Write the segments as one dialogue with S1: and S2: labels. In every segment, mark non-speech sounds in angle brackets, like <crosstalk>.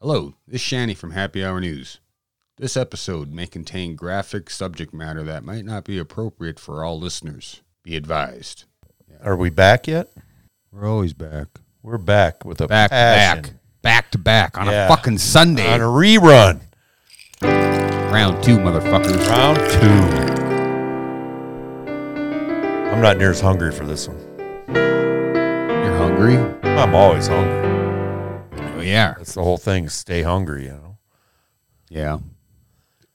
S1: Hello, this is Shanny from Happy Hour News. This episode may contain graphic subject matter that might not be appropriate for all listeners. Be advised.
S2: Are we back yet?
S1: We're always back.
S2: We're back with a
S1: Back
S2: passion.
S1: to back. Back to back on
S2: Yeah.
S1: a fucking Sunday.
S2: on a rerun.
S1: Round two, motherfuckers.
S2: Round two. I'm not near as hungry for this one.
S1: You're hungry?
S2: I'm always hungry.
S1: Oh, yeah.
S2: That's the whole thing. Stay hungry, you know.
S1: Yeah.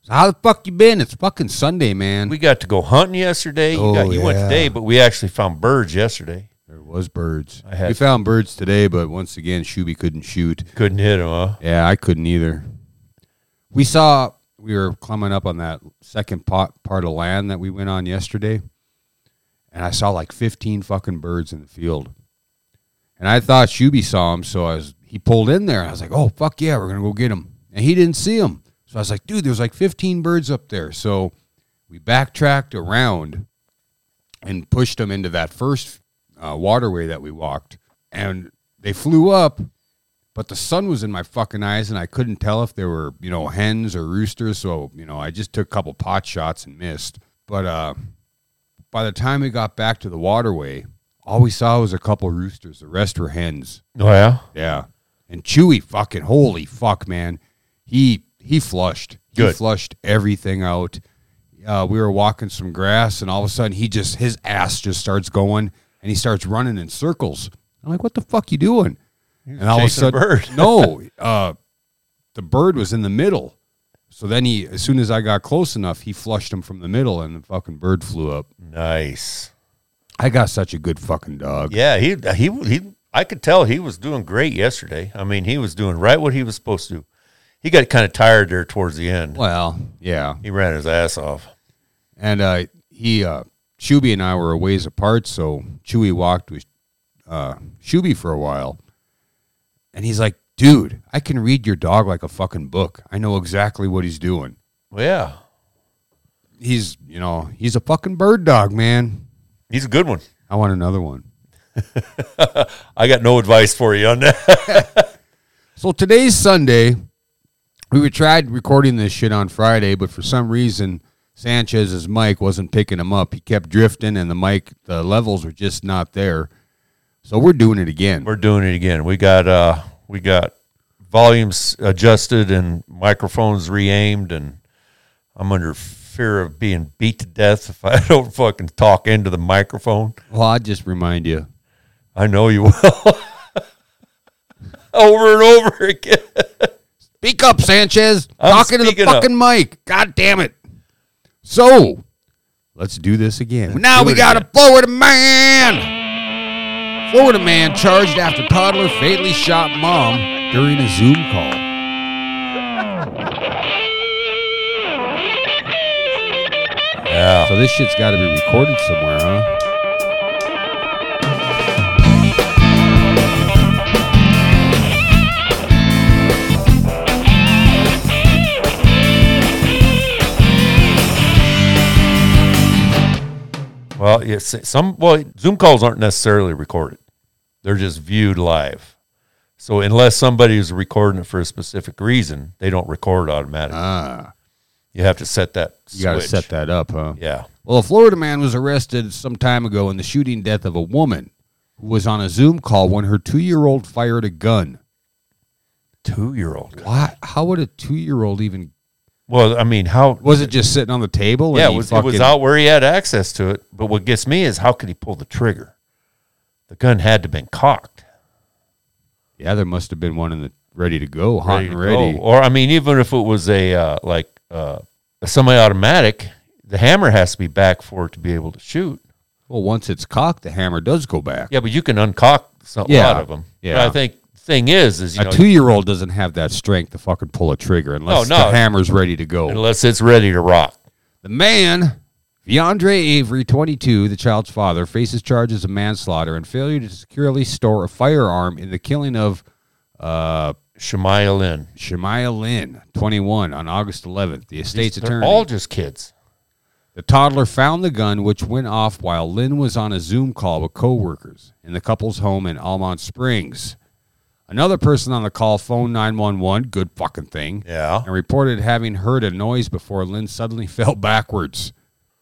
S1: So how the fuck you been? It's fucking Sunday, man.
S2: We got to go hunting yesterday. You, got,
S1: Oh,
S2: you went
S1: yeah.
S2: today, but we actually found birds yesterday.
S1: there was birds.
S2: I had-
S1: we found birds today, but once again, Shuby couldn't shoot.
S2: Couldn't hit them, huh?
S1: Yeah, I couldn't either. We saw we were climbing up on that second pot, part of land that we went on yesterday, and I saw like fifteen fucking birds in the field, and I thought Shuby saw him, so I was he pulled in there, and I was like, oh fuck yeah, we're gonna go get him, and he didn't see him, so I was like, dude, there's like fifteen birds up there, so we backtracked around and pushed them into that first uh, waterway that we walked, and they flew up but the sun was in my fucking eyes and I couldn't tell if there were, you know, hens or roosters. So, you know, I just took a couple pot shots and missed. But uh, by the time we got back to the waterway, all we saw was a couple roosters. The rest were hens.
S2: Oh, yeah?
S1: Yeah. And Chewy fucking holy fuck, man. He he flushed. He
S2: Good.
S1: flushed everything out. Uh, we were walking some grass and all of a sudden he just his ass just starts going and he starts running in circles. I'm like, what the fuck you doing? and
S2: chasing a bird.
S1: no, uh, the bird was in the middle. So then he, as soon as I got close enough, he flushed him from the middle, and the fucking bird flew up.
S2: Nice.
S1: I got such a good fucking dog.
S2: Yeah, he, he, he, I could tell he was doing great yesterday. I mean, he was doing right what he was supposed to. He got kind of tired there towards the end.
S1: Well, yeah,
S2: He ran his ass off.
S1: and uh, he, uh, Shuby and I were a ways apart, so Chewy walked with uh, Shuby for a while, and he's like, "Dude, I can read your dog like a fucking book. I know exactly what he's doing.
S2: Well, yeah,
S1: He's, you know, he's a fucking bird dog, man.
S2: he's a good one.
S1: I want another one."
S2: I got no advice for you on that. <laughs>
S1: So today's Sunday. We were tried recording this shit on Friday, but for some reason Sanchez's mic wasn't picking him up. He kept drifting, and the mic, the levels were just not there. So we're doing it again.
S2: We're doing it again. We got uh, we got volumes adjusted and microphones re-aimed, and I'm under fear of being beat to death if I <laughs> don't fucking talk into the microphone.
S1: well, Oh, I'll just remind you.
S2: I know you will. <laughs> over and over again. <laughs>
S1: Speak up, Sanchez.
S2: I'm
S1: Talking to the
S2: speaking up.
S1: fucking mic. God damn it. So let's do this again. now
S2: do
S1: we
S2: it
S1: got
S2: again.
S1: a Florida man. Florida man charged after toddler fatally shot mom during a Zoom call.
S2: Yeah.
S1: So this shit's got to be recorded somewhere, huh?
S2: Well, yes. Some well, Zoom calls aren't necessarily recorded; they're just viewed live. So unless somebody is recording it for a specific reason, they don't record automatically.
S1: Ah,
S2: You have to set that.
S1: you got to
S2: switch.
S1: set that up, huh?
S2: Yeah.
S1: Well, a Florida man was arrested some time ago in the shooting death of a woman who was on a Zoom call when her two-year-old fired a gun.
S2: Two year old.
S1: Why? How would a two-year-old even?
S2: Well, I mean, how?
S1: Was it just sitting on the table? and
S2: yeah, it
S1: he
S2: was, it was
S1: fucking-
S2: out where he had access to it. But what gets me is how could he pull the trigger? The gun had to have been cocked,
S1: Yeah, there must have been one in the ready to go, hot
S2: to
S1: and ready.
S2: go. Or I mean, even if it was a uh, like uh, a semi-automatic, the hammer has to be back for it to be able to shoot.
S1: Well, once it's cocked, the hammer does go back.
S2: Yeah, but you can uncock some,
S1: Yeah,
S2: a lot of them.
S1: yeah.
S2: But I think thing is, is you know,
S1: a two-year-old doesn't have that strength to fucking pull a trigger unless
S2: no.
S1: the hammer's ready to go.
S2: unless it's ready to rock.
S1: The man, Viandre Avery, 22, the child's father, faces charges of manslaughter and failure to securely store a firearm in the killing of uh,
S2: Shemaya Lynn.
S1: Shemaya Lynn, 21, on August 11th. The estate's
S2: They're
S1: attorney.
S2: all just kids.
S1: the toddler found the gun, which went off while Lynn was on a Zoom call with coworkers in the couple's home in Almont Springs. Another person on the call phoned 911, good fucking thing,
S2: Yeah.
S1: and reported having heard a noise before Lynn suddenly <laughs> fell backwards.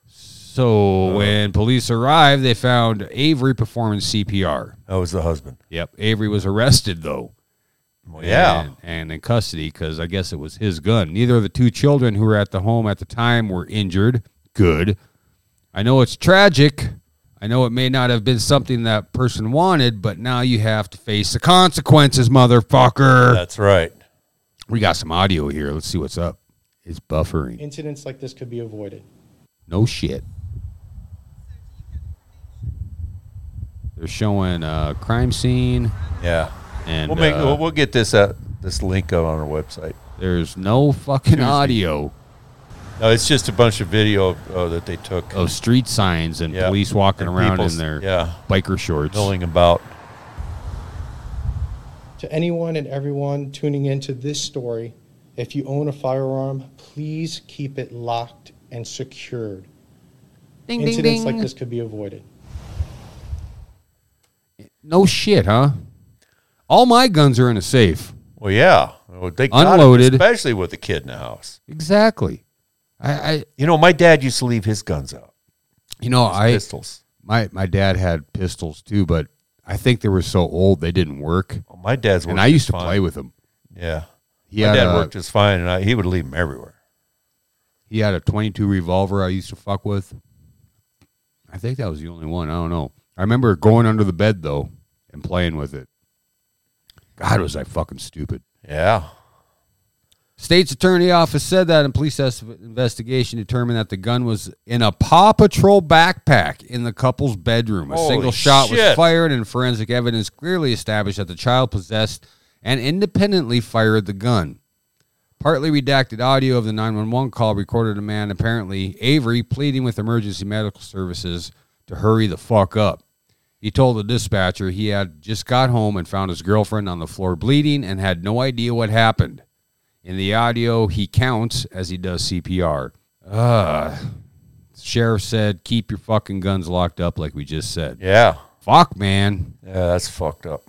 S1: So
S2: Oh.
S1: when police arrived, they found Avery performing CPR.
S2: That was the husband.
S1: Yep. Avery was arrested, though.
S2: Well, yeah.
S1: And, and in custody because I guess it was his gun. Neither of the two children who were at the home at the time were injured. Good. I know it's tragic. I know it may not have been something that person wanted, but now you have to face the consequences, motherfucker.
S2: That's right.
S1: We got some audio here. Let's see what's up. It's buffering.
S3: Incidents like this could be avoided.
S1: No shit. They're showing a crime scene,
S2: Yeah.
S1: and
S2: we'll make
S1: uh,
S2: we'll, we'll get this uh, this link out on our website.
S1: there's no fucking audio.
S2: No, it's just a bunch of video uh, that they took
S1: of street signs and
S2: Yeah.
S1: police walking
S2: And
S1: around
S2: people
S1: in
S2: s-
S1: their
S2: yeah.
S1: biker shorts.
S2: milling about.
S3: To anyone and everyone tuning into this story, if you own a firearm, please keep it locked and secured.
S1: Ding ding
S3: Incidents
S1: ding.
S3: like this could be avoided.
S1: No shit, huh? All my guns are in a safe.
S2: Well, yeah, well, they got it,
S1: Unloaded.
S2: especially with a kid in the house.
S1: Exactly. I, I
S2: You know, my dad used to leave his guns out,
S1: you know,
S2: his
S1: I
S2: pistols.
S1: my my dad had pistols too, but I think they were so old they didn't work.
S2: Well, my dad's
S1: And
S2: worked
S1: I used to
S2: just
S1: play
S2: fine.
S1: with them.
S2: Yeah,
S1: He
S2: my
S1: had
S2: dad
S1: a,
S2: worked just fine, and I, he would leave them everywhere.
S1: he had a 22 revolver I used to fuck with. I think that was the only one. I don't know. I remember going under the bed though and playing with it. God, was I fucking stupid.
S2: Yeah,
S1: State's attorney office said that, and police es- investigation determined that the gun was in a Paw Patrol backpack in the couple's bedroom. A
S2: Holy
S1: single shot was
S2: shit.
S1: fired, and forensic evidence clearly established that the child possessed and independently fired the gun. Partly redacted audio of the 911 call recorded a man, apparently Avery, pleading with emergency medical services to hurry the fuck up. He told the dispatcher he had just got home and found his girlfriend on the floor bleeding and had no idea what happened. In the audio, he counts as he does CPR. Uh, sheriff said, keep your fucking guns locked up, like we just said.
S2: yeah,
S1: Fuck, man.
S2: yeah. That's fucked up.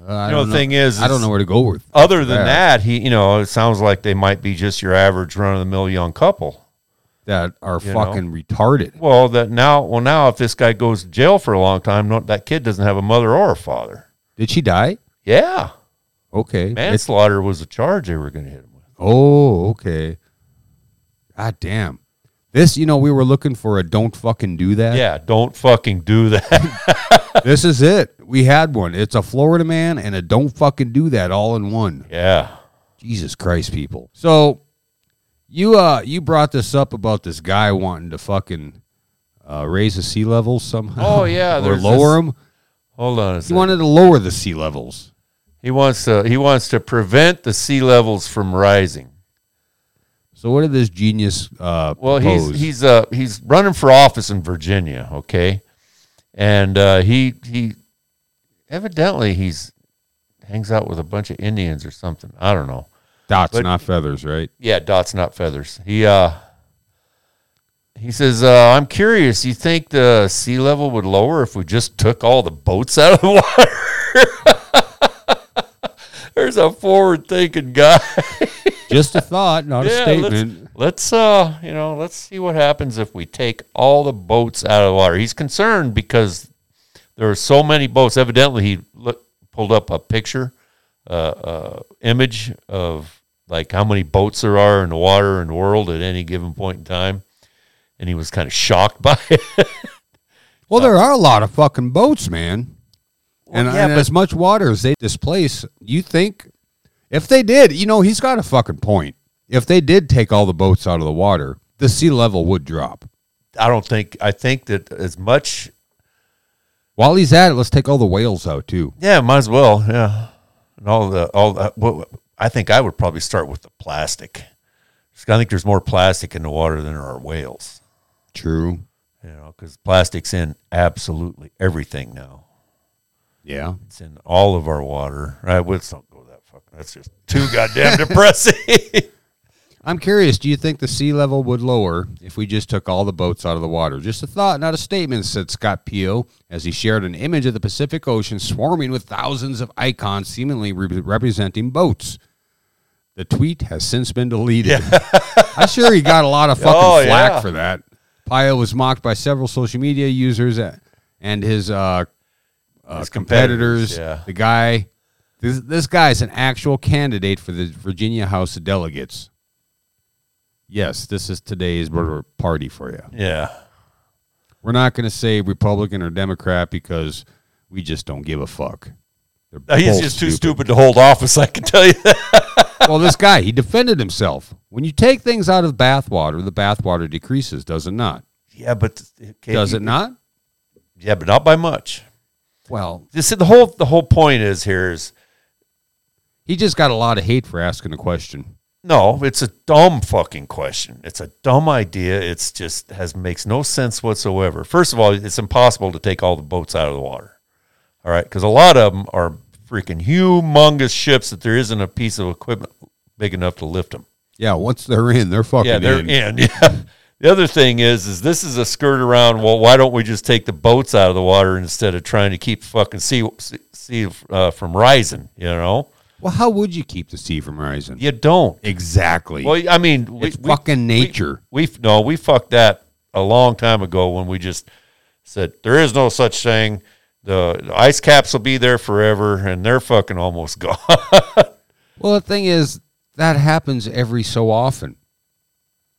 S1: Uh, I
S2: You know,
S1: don't
S2: the thing is,
S1: I don't
S2: is-
S1: know where to go with.
S2: Other than
S1: Yeah.
S2: that, he, you know, it sounds like they might be just your average run of the mill young couple.
S1: that are
S2: You
S1: fucking retarded.
S2: Well, that now, well, now if this guy goes to jail for a long time, no, that kid doesn't have a mother or a father.
S1: Did she die?
S2: Yeah,
S1: Okay. It's-
S2: manslaughter was the charge they were going to hit him with.
S1: oh, okay. God damn. This, you know, we were looking for a don't fucking do that.
S2: Yeah, don't fucking do that. <laughs>
S1: This is it. We had one. It's a Florida man and a don't fucking do that all in one.
S2: yeah.
S1: Jesus Christ, people. So you uh you brought this up about this guy wanting to fucking uh, raise the sea levels somehow.
S2: Oh,
S1: <laughs>
S2: yeah,
S1: or
S2: there's
S1: lower
S2: this-
S1: them.
S2: Hold on a
S1: He
S2: second.
S1: wanted to lower the sea levels.
S2: he wants to he wants to prevent the sea levels from rising.
S1: So what did this genius? Uh,
S2: Well, he's
S1: propose?
S2: he's uh he's running for office in Virginia, okay? And uh he he evidently he's hangs out with a bunch of Indians or something. I don't know.
S1: dots,
S2: but-
S1: not feathers, right?
S2: Yeah, dots not feathers. He uh he says, uh, "I'm curious. You think the sea level would lower if we just took all the boats out of the <laughs> water?" There's a forward-thinking guy.
S1: Just a thought, not
S2: <laughs>
S1: a statement.
S2: Let's, let's uh, you know, let's see what happens if we take all the boats out of the water. He's concerned because there are so many boats. Evidently, he look, pulled up a picture, uh, uh, image of like how many boats there are in the water in the world at any given point in time, and he was kind of shocked <laughs> by it.
S1: Well, there are a lot of fucking boats, man. and
S2: yeah,
S1: and as much water as they displace, you think if they did, you know, he's got a fucking point. If they did take all the boats out of the water, the sea level would drop.
S2: I don't think. I think that as much.
S1: While he's at it, let's take all the whales out too.
S2: Yeah, might as well. Yeah, and all the all. The, well, I think I would probably start with the plastic. 'Cause I think there's more plastic in the water than there are whales.
S1: True.
S2: You know, because plastic's in absolutely everything now.
S1: Yeah.
S2: It's in all <laughs> of our water. Right? Let's don't go that fuck. That's just too goddamn depressing.
S1: I'm curious, do you think the sea level would lower if we just took all the boats out of the water? Just a thought, not a statement, said Scott Pio as he shared an image of the Pacific Ocean swarming with thousands of icons seemingly re- representing boats. The tweet has since been deleted. I'm sure he got a lot of fucking
S2: <laughs> Oh,
S1: flack
S2: yeah.
S1: for that. Pio was mocked by several social media users a- and his uh, uh,
S2: His competitors,
S1: competitors.
S2: yeah.
S1: The guy, this, this guy is an actual candidate for the Virginia House of Delegates. Yes, this is today's br- party for you.
S2: Yeah.
S1: We're not going to say Republican or Democrat because we just don't give a fuck. They're
S2: <laughs> He's
S1: both
S2: just too stupid to hold office, I can tell you that.
S1: well, this guy, he defended himself. When you take things out of bathwater, the bathwater decreases, does it not?
S2: Yeah, but can
S1: Does
S2: you-
S1: it not?
S2: Yeah, but not by much.
S1: Well,
S2: This the whole the whole point is here is
S1: he just got a lot of hate for asking a question.
S2: no, it's a dumb fucking question. It's a dumb idea. It's just has makes no sense whatsoever. First of all, it's impossible to take all the boats out of the water. All right, because a lot of them are freaking humongous ships that there isn't a piece of equipment big enough to lift them.
S1: Yeah, once they're in, they're fucking
S2: Yeah, they're
S1: in.
S2: in. <laughs> Yeah. The other thing is, is this is a skirt around. Well, why don't we just take the boats out of the water instead of trying to keep fucking sea sea uh, from rising? You know,
S1: Well, how would you keep the sea from rising?
S2: you don't.
S1: Exactly.
S2: Well, I mean, we,
S1: It's
S2: we-
S1: fucking
S2: we-
S1: nature.
S2: We, no, we fucked that a long time ago when we just said there is no such thing. The, the ice caps will be there forever, and they're fucking almost <laughs> gone.
S1: Well, the thing is, that happens every so often.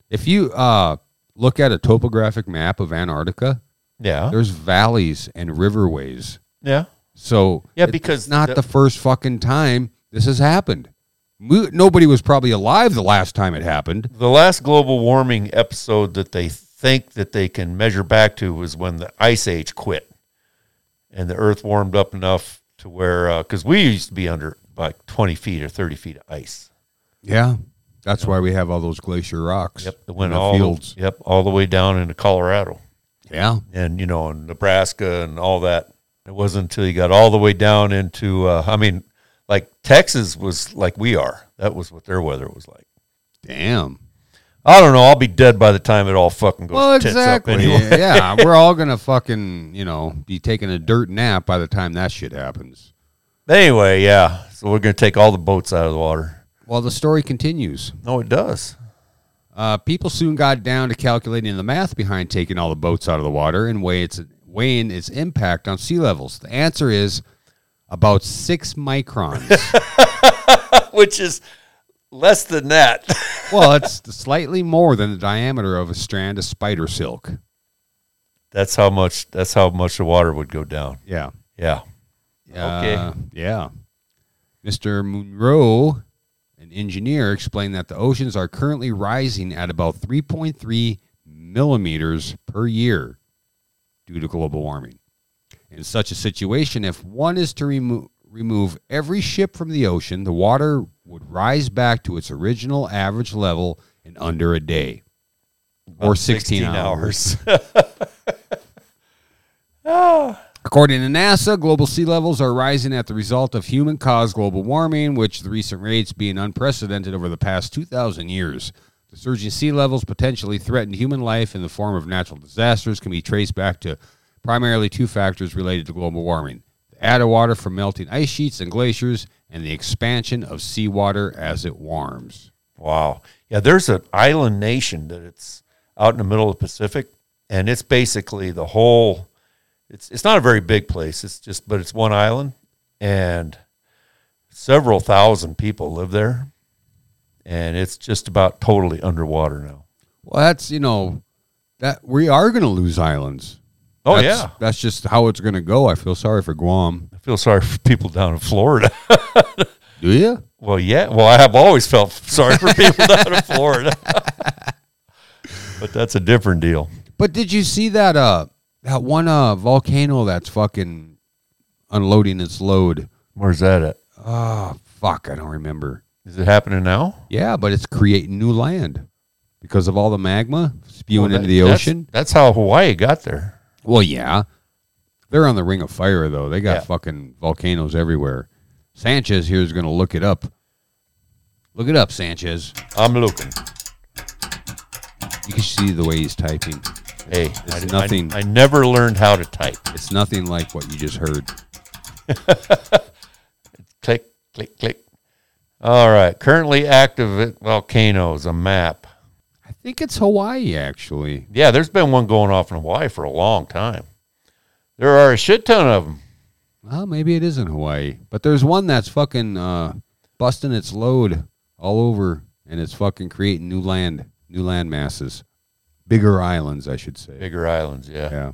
S1: If you uh, look at a topographic map of Antarctica,
S2: yeah,
S1: there's valleys and riverways.
S2: yeah,
S1: So
S2: Yeah,
S1: it's
S2: because
S1: not
S2: the-
S1: the, first fucking time this has happened. Mo- Nobody was probably alive the last time it happened.
S2: the last global warming episode that they think that they can measure back to was when the ice age quit and the earth warmed up enough to where because we used to be under like 20 feet or 30 feet of ice
S1: Yeah, that's why we have all those glacier rocks.
S2: yep it
S1: in
S2: went
S1: the
S2: all
S1: fields.
S2: yep all the way down into colorado
S1: Yeah,
S2: and you know in nebraska and all that it wasn't until you got all the way down into uh, i mean like texas was like we are that was what their weather was like
S1: damn.
S2: i don't know i'll be dead by the time it all fucking goes
S1: Well,
S2: tits
S1: exactly.
S2: up anyway.
S1: yeah, we're all gonna fucking you know be taking a dirt nap by the time that shit happens.
S2: Anyway, yeah. So we're going to take all the boats out of the water.
S1: Well, the story continues.
S2: No, it does. <laughs>
S1: Uh, people soon got down to calculating the math behind taking all the boats out of the water and weigh its, weighing its impact on sea levels. The answer is about six microns. <laughs>
S2: Which is less than that. <laughs>
S1: well, it's slightly more than the diameter of a strand of spider silk.
S2: that's how much. That's how much the water would go down.
S1: Yeah.
S2: Yeah. Okay.
S1: Uh, yeah. Mr. Munro, an engineer, explained that the oceans are currently rising at about 3.3 millimeters per year due to global warming. In such a situation, if one is to remo- remove every ship from the ocean, the water would rise back to its original average level in under a day or
S2: About
S1: 16, hours.
S2: hours.
S1: According to NASA, global sea levels are rising at the result of human caused global warming, which the recent rates being unprecedented over the past 2,000 years. The surging sea levels potentially threaten human life in the form of natural disasters can be traced back to primarily two factors related to global warming the added water from melting ice sheets and glaciers, and the expansion of seawater as it warms.
S2: wow. Yeah. There's an island nation that it's out in the middle of the Pacific, and it's basically the whole. It's it's not a very big place. It's just, but it's one island, and several thousand people live there, and it's just about totally underwater now.
S1: Well, that's, you know, that we are going to lose islands.
S2: Oh
S1: That's-
S2: yeah,
S1: That's just how it's going to go. I feel sorry for Guam.
S2: I feel sorry for people down in Florida. <laughs>
S1: Do you?
S2: well, yeah. Well, I have always felt sorry for people <laughs> down in Florida, but that's a different deal.
S1: But did you see that uh that one uh volcano that's fucking unloading its load?
S2: Where's that at?
S1: Oh fuck, I don't remember.
S2: Is it happening now?
S1: Yeah, but it's creating new land because of all the magma spewing
S2: Well,
S1: into
S2: that-
S1: the
S2: that's-
S1: ocean.
S2: That's how Hawaii got there.
S1: Well, yeah. They're on the Ring of Fire though. They got
S2: Yeah.
S1: fucking volcanoes everywhere. Sanchez here is going to look it up. Look it up, Sanchez.
S2: I'm looking.
S1: You can see the way he's typing.
S2: Hey,
S1: It's
S2: I, I-
S1: nothing.
S2: I, never learned how to type.
S1: It's nothing like what you just heard.
S2: Click, click, click. All right. Currently active at volcanoes, a map.
S1: I think it's Hawaii, actually.
S2: Yeah, there's been one going off in Hawaii for a long time. There are a shit ton of them.
S1: Well, maybe it is in Hawaii, but there's one that's fucking uh, busting its load all over, and it's fucking creating new land, new land masses, bigger islands, I should say.
S2: Bigger islands, yeah.
S1: Yeah.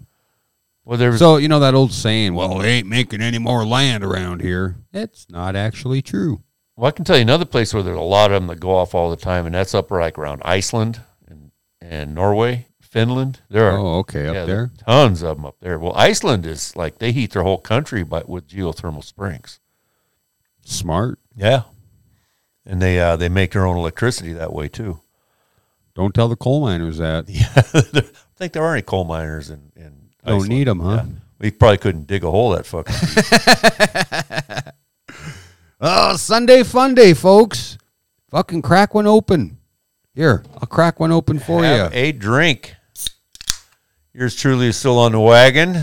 S2: Well, there was
S1: So you know that old saying, "Well, they ain't making any more land around here." It's not actually true.
S2: Well, I can tell you another place where there's a lot of them that go off all the time, and that's up like around Iceland and, and Norway, Finland. There are
S1: Oh, okay, up
S2: yeah,
S1: there.
S2: tons of them up there. Well, Iceland is like they heat their whole country by, with geothermal springs.
S1: Smart.
S2: Yeah, and they uh, they make their own electricity that
S1: <laughs>
S2: way too.
S1: Don't tell the coal miners that.
S2: Yeah, I think there are any coal miners in. in
S1: Don't
S2: Iceland.
S1: need 'em, huh?
S2: Yeah. We probably couldn't dig a hole that fucking.
S1: Oh, Sunday fun day, folks. Fucking crack one open. Here, I'll crack one open for
S2: Have
S1: you.
S2: a drink. Yours truly is still on the wagon.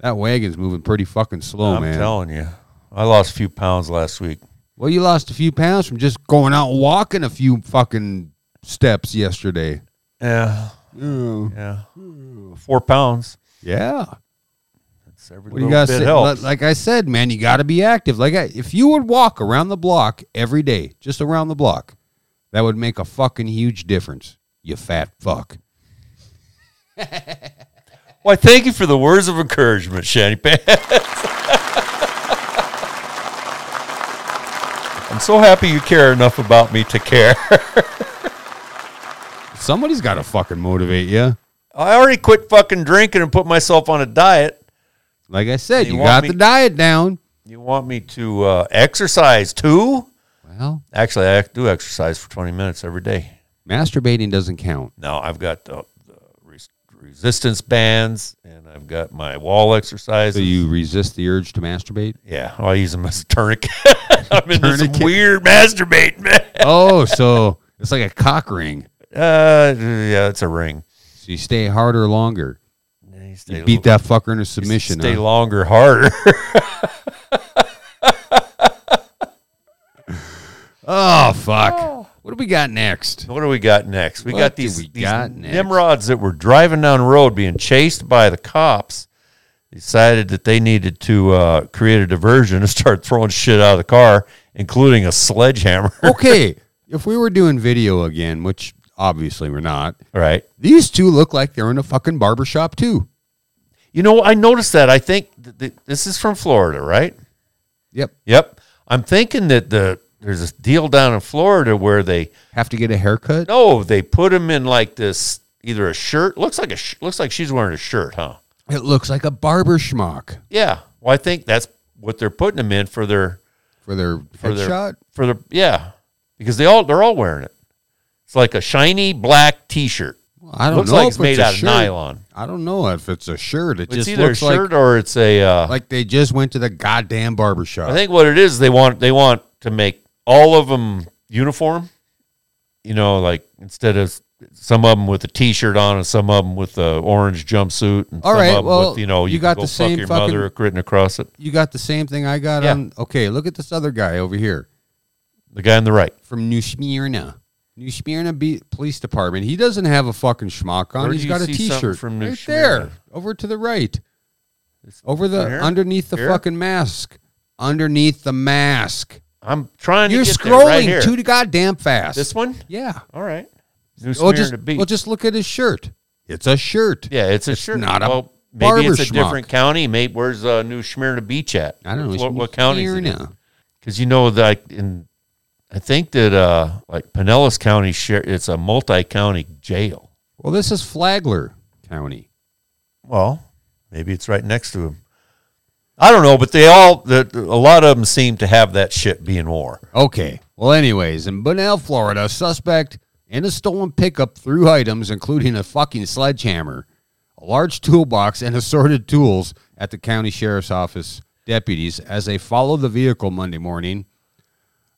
S1: That wagon's moving pretty fucking slow,
S2: I'm
S1: man.
S2: telling you, I lost a few pounds last week.
S1: Well, you lost a few pounds from just going out and walking a few fucking steps yesterday.
S2: Yeah, yeah, four pounds.
S1: Yeah.
S2: That's every
S1: What do
S2: little
S1: you guys
S2: bit
S1: say?
S2: helps.
S1: Li- Like I said, man, you got to be active. Like I, if you would walk around the block every day, just around the block, that would make a fucking huge difference. You fat fuck.
S2: Why, thank you for the words of encouragement, Shanny Pants. <laughs> I'm so happy you care enough about me to care. <laughs>
S1: Somebody's got to fucking motivate you.
S2: I already quit fucking drinking and put myself on a diet.
S1: Like I said,
S2: They
S1: you
S2: want
S1: got
S2: me-
S1: the diet down.
S2: You want me to uh, exercise too?
S1: Well,
S2: Actually, I do exercise for 20 minutes every day.
S1: masturbating doesn't count.
S2: Now I've got the, the res- resistance bands and I've got my wall exercises.
S1: So you resist the urge to masturbate.
S2: Yeah, I use them as a tourniquet. <laughs> I'm in this
S1: Tourniquet.
S2: weird masturbating, <laughs> man.
S1: oh, so it's like a cock ring.
S2: Uh, yeah, it's a ring.
S1: So you stay harder longer.
S2: Yeah, you stay
S1: You beat
S2: lo-
S1: that fucker into
S2: you
S1: submission.
S2: Stay
S1: huh?
S2: longer, harder. <laughs>
S1: Oh fuck! What do we got next?
S2: what do we got next? We
S1: What
S2: got
S1: do
S2: these,
S1: we
S2: these
S1: got next?
S2: nimrods that were driving down the road being chased by the cops. Decided that they needed to uh, create a diversion and <laughs> start throwing shit out of the car, including a sledgehammer. <laughs>
S1: Okay, if we were doing video again, which obviously we're not,
S2: right.
S1: these two look like they're in a fucking barbershop too.
S2: You know, I noticed that. I think th- th- this is from Florida, right?
S1: Yep,
S2: Yep. I'm thinking that the there's this deal down in Florida where they
S1: have to get a haircut.
S2: no, they put him in like this either a shirt looks like a sh- looks like she's wearing a shirt, huh?
S1: It looks like a barber schmuck
S2: Yeah. Well, I think that's what they're putting him in for their
S1: for their
S2: for their
S1: headshot.
S2: for their yeah because they all they're all wearing it. It's like a shiny black T-shirt.
S1: Well, I don't
S2: Looks
S1: know
S2: like
S1: if
S2: it's made
S1: a
S2: out of
S1: shirt.
S2: nylon.
S1: I don't know if it's a shirt. It
S2: It's
S1: just
S2: either a
S1: looks like
S2: shirt or it's a. Uh,
S1: like they just went to the goddamn barbershop.
S2: I think what it is they want they want to make all of them uniform. You know, like instead of some of them with a T-shirt on and some of them with a orange jumpsuit and
S1: All
S2: some
S1: right,
S2: of 'em
S1: well,
S2: with you know
S1: you
S2: you,
S1: got
S2: can go
S1: the
S2: fuck
S1: same
S2: your
S1: fucking-
S2: mother written across it.
S1: you got the same thing I got
S2: Yeah.
S1: on. Okay, look at this other guy over here.
S2: The guy on the right.
S1: from New Smyrna. New Smyrna Be- Police Department. He doesn't have a fucking schmuck on.
S2: Where
S1: He's
S2: do you
S1: got a
S2: see something
S1: T-shirt
S2: from New
S1: right
S2: Smyrna?
S1: there, over to the right,
S2: This-
S1: over the
S2: here?
S1: underneath the
S2: Here?
S1: fucking mask, underneath the mask.
S2: I'm trying
S1: You're
S2: to get there, right
S1: scrolling
S2: here.
S1: too goddamn fast.
S2: this one.
S1: yeah.
S2: All right. New
S1: Well,
S2: Smyrna
S1: just
S2: Beach.
S1: well, just look at his shirt. It's a shirt.
S2: yeah, it's a shirt.
S1: not a
S2: well, maybe it's a
S1: barber
S2: different county. Maybe where's uh, New Smyrna Beach at?
S1: I don't know
S2: what,
S1: it's
S2: what
S1: New
S2: county is it in?
S1: Smyrna.
S2: because you know that in I think that uh like Pinellas County share it's a multi county jail.
S1: Well, this is Flagler County.
S2: Well, maybe it's right next to him. I don't know, but they all the, a lot of them seem to have that shit being war.
S1: Okay. Well, anyways, in Bunnell, Florida, a suspect in a stolen pickup threw items, including a fucking sledgehammer, a large toolbox, and assorted tools at the county sheriff's office deputies as they followed the vehicle Monday morning.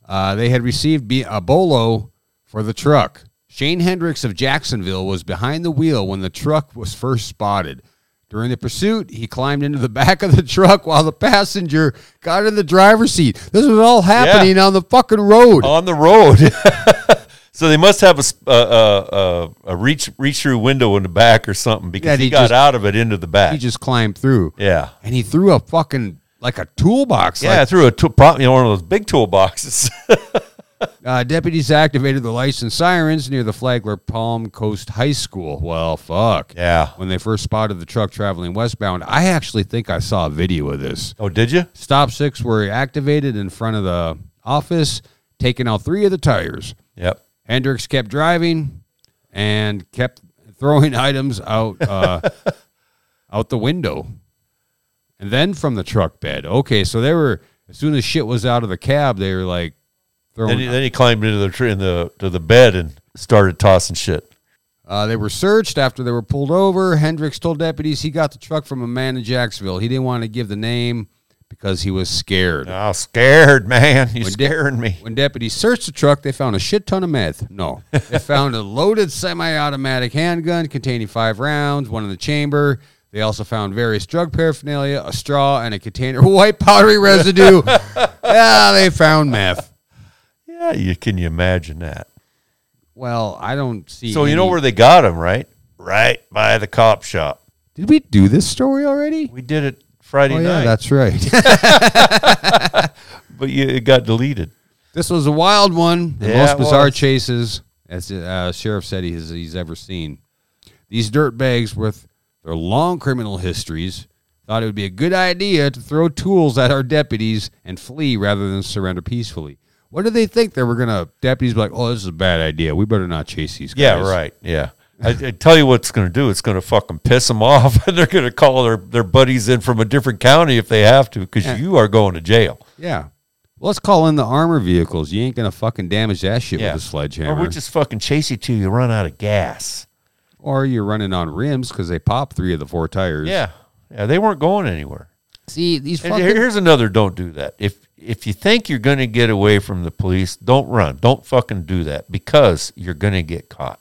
S1: Uh, they had received be- a bolo for the truck. Shane Hendricks of Jacksonville was behind the wheel when the truck was first spotted. During the pursuit, he climbed into the <laughs> back of the truck while the passenger got in the driver's seat. This was all happening on the fucking road.
S2: on the road. <laughs> so they must have a s- a, a, a, a reach reach through window in the back or something because
S1: Yeah,
S2: he,
S1: he
S2: got
S1: just-
S2: out of it into the back.
S1: He just climbed through.
S2: yeah.
S1: And he threw a fucking, like a toolbox.
S2: Yeah, through a tool, probably you know, one of those big toolboxes.
S1: Uh, deputies activated the lights and sirens near the Flagler Palm Coast High School. Well, fuck.
S2: <laughs> yeah.
S1: When they first spotted the truck traveling westbound, I actually think I saw a video of this.
S2: Oh, did you?
S1: Stop six were activated in front of the office, taking out three of the tires.
S2: Yep.
S1: Hendricks kept driving and kept throwing <laughs> items out uh, out the window, and then from the truck bed. Okay, so they were as soon as shit was out of the cab, they were like
S2: Then
S1: throwing.
S2: he, then he climbed into the tree in the to the bed and started tossing shit.
S1: Uh, they were searched after they were pulled over. Hendricks told deputies he got the truck from a man in Jacksonville. He didn't want to give the name because he was scared.
S2: Oh, scared man, you
S1: When did-
S2: scaring me.
S1: When deputies searched the truck, they found a shit ton of meth.
S2: <laughs>
S1: No, they found a loaded semi-automatic handgun containing five rounds, one in the chamber. They also found various drug paraphernalia, a straw, and a container of <laughs> white powdery
S2: <laughs>
S1: residue. yeah, they found meth.
S2: Yeah, you can you imagine that?
S1: Well, I don't see.
S2: So you know
S1: any-
S2: where they got him, right? Right by the cop shop.
S1: did we do this story already?
S2: We did it Friday
S1: Oh yeah,
S2: night,
S1: that's right.
S2: but you, it got deleted.
S1: This was a wild one. The
S2: Yeah,
S1: most
S2: it
S1: bizarre
S2: was.
S1: chases, as the uh, sheriff said he has, he's ever seen. These dirtbags with their long criminal histories thought it would be a good idea to throw tools at our deputies and flee rather than surrender peacefully. What did they think they were gonna? Deputies be like, "Oh, this is a bad idea. We better not chase these guys."
S2: Yeah, right. Yeah. I, I tell you what's going to do. It's going to fucking piss them off, <laughs> and they're going to call their, their buddies in from a different county if they have to, because
S1: Yeah.
S2: you are going to jail.
S1: Yeah. Well, let's call in the armor vehicles. You ain't gonna fucking damage that shit
S2: Yeah.
S1: with a
S2: Or
S1: sledgehammer.
S2: we just fucking chase you till you run out of gas.
S1: or you're running on rims because they pop three of the four tires.
S2: Yeah. Yeah. They weren't going anywhere.
S1: See these
S2: And
S1: fucking.
S2: here- here's another don't do that. If if you think you're going to get away from the police, don't run. Don't fucking do that because you're going to get caught.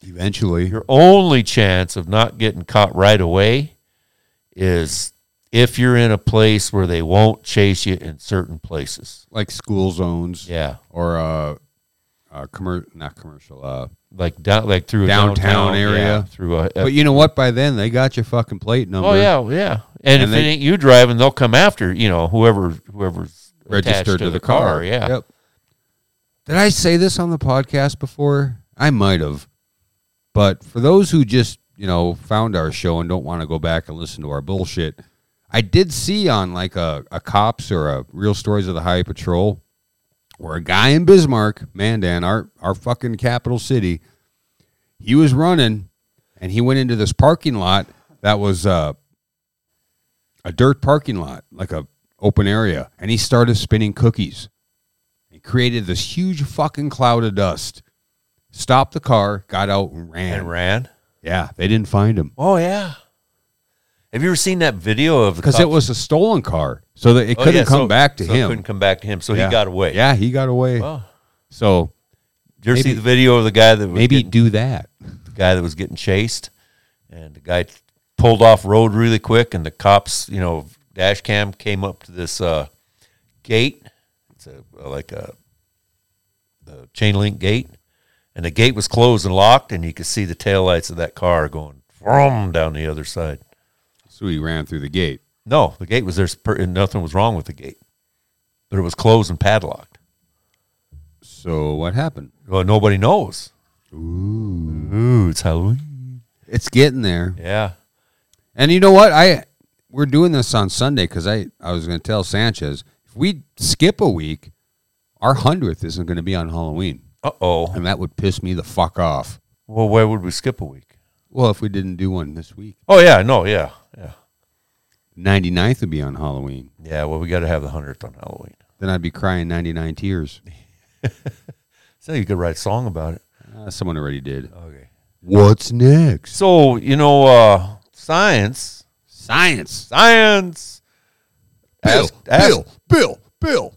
S1: Eventually,
S2: Your only chance of not getting caught right away is if you're in a place where they won't chase you in certain places.
S1: like school zones
S2: Yeah.
S1: or uh, uh commer- not commercial uh
S2: Like down like through a
S1: Downtown area.
S2: yeah, through a,
S1: but you know what by then they got your fucking plate number
S2: Oh yeah, yeah.
S1: And
S2: And, if
S1: they-
S2: it ain't you driving, they'll come after, you know, whoever whoever's attached
S1: registered to, the, car,
S2: Yeah.
S1: yep did i say this on the podcast before i might have but for those who just you know found our show and don't want to go back and listen to our bullshit i did see on like a, a cops or a real stories of the highway patrol where a guy in bismarck mandan our, our fucking capital city he was running and he went into this parking lot that was uh, a dirt parking lot like a open area and he started spinning cookies he created this huge fucking cloud of dust stopped the car got out and ran,
S2: And ran.
S1: yeah they didn't find him
S2: Oh yeah. Have you ever seen that video of the
S1: because
S2: cop-
S1: it was a stolen car so that it
S2: Oh,
S1: couldn't
S2: yeah,
S1: come
S2: so-
S1: back to
S2: so it
S1: him
S2: Couldn't come back to him, so
S1: yeah.
S2: he got away.
S1: yeah he got away
S2: Well,
S1: so
S2: did you ever see
S1: Maybe-
S2: the video of the guy that was
S1: maybe
S2: getting-
S1: do that
S2: the guy that was getting chased, and the guy pulled off road really quick, and the cops, you know, dash cam came up to this uh, gate. It's a uh, like a, a chain link gate, and the gate was closed and locked, and you could see the taillights of that car going vroom down the other side.
S1: so he ran through the gate
S2: No, the gate was there, sp- and nothing was wrong with the gate, but it was closed and padlocked.
S1: so what happened
S2: Well, nobody knows. Ooh, it's Halloween.
S1: it's getting there
S2: Yeah.
S1: And you know what? I we're doing this on Sunday because I I was going to tell Sanchez if we skip a week, our hundredth isn't going to be on Halloween,
S2: Uh oh.
S1: and that would piss me the fuck off.
S2: Well, why would we skip a week?
S1: Well, if we didn't do one this week,
S2: Oh yeah, no, yeah, yeah,
S1: 99th would be on Halloween.
S2: yeah. Well, we got to have the hundredth on Halloween.
S1: Then I'd be crying 99 tears.
S2: So you could write a song about it.
S1: Uh, someone already did.
S2: Okay.
S1: What's next?
S2: So you know, uh, science,
S1: Science.
S2: science.
S1: Bill,
S2: Ask- ask-
S1: Bill, Bill, Bill.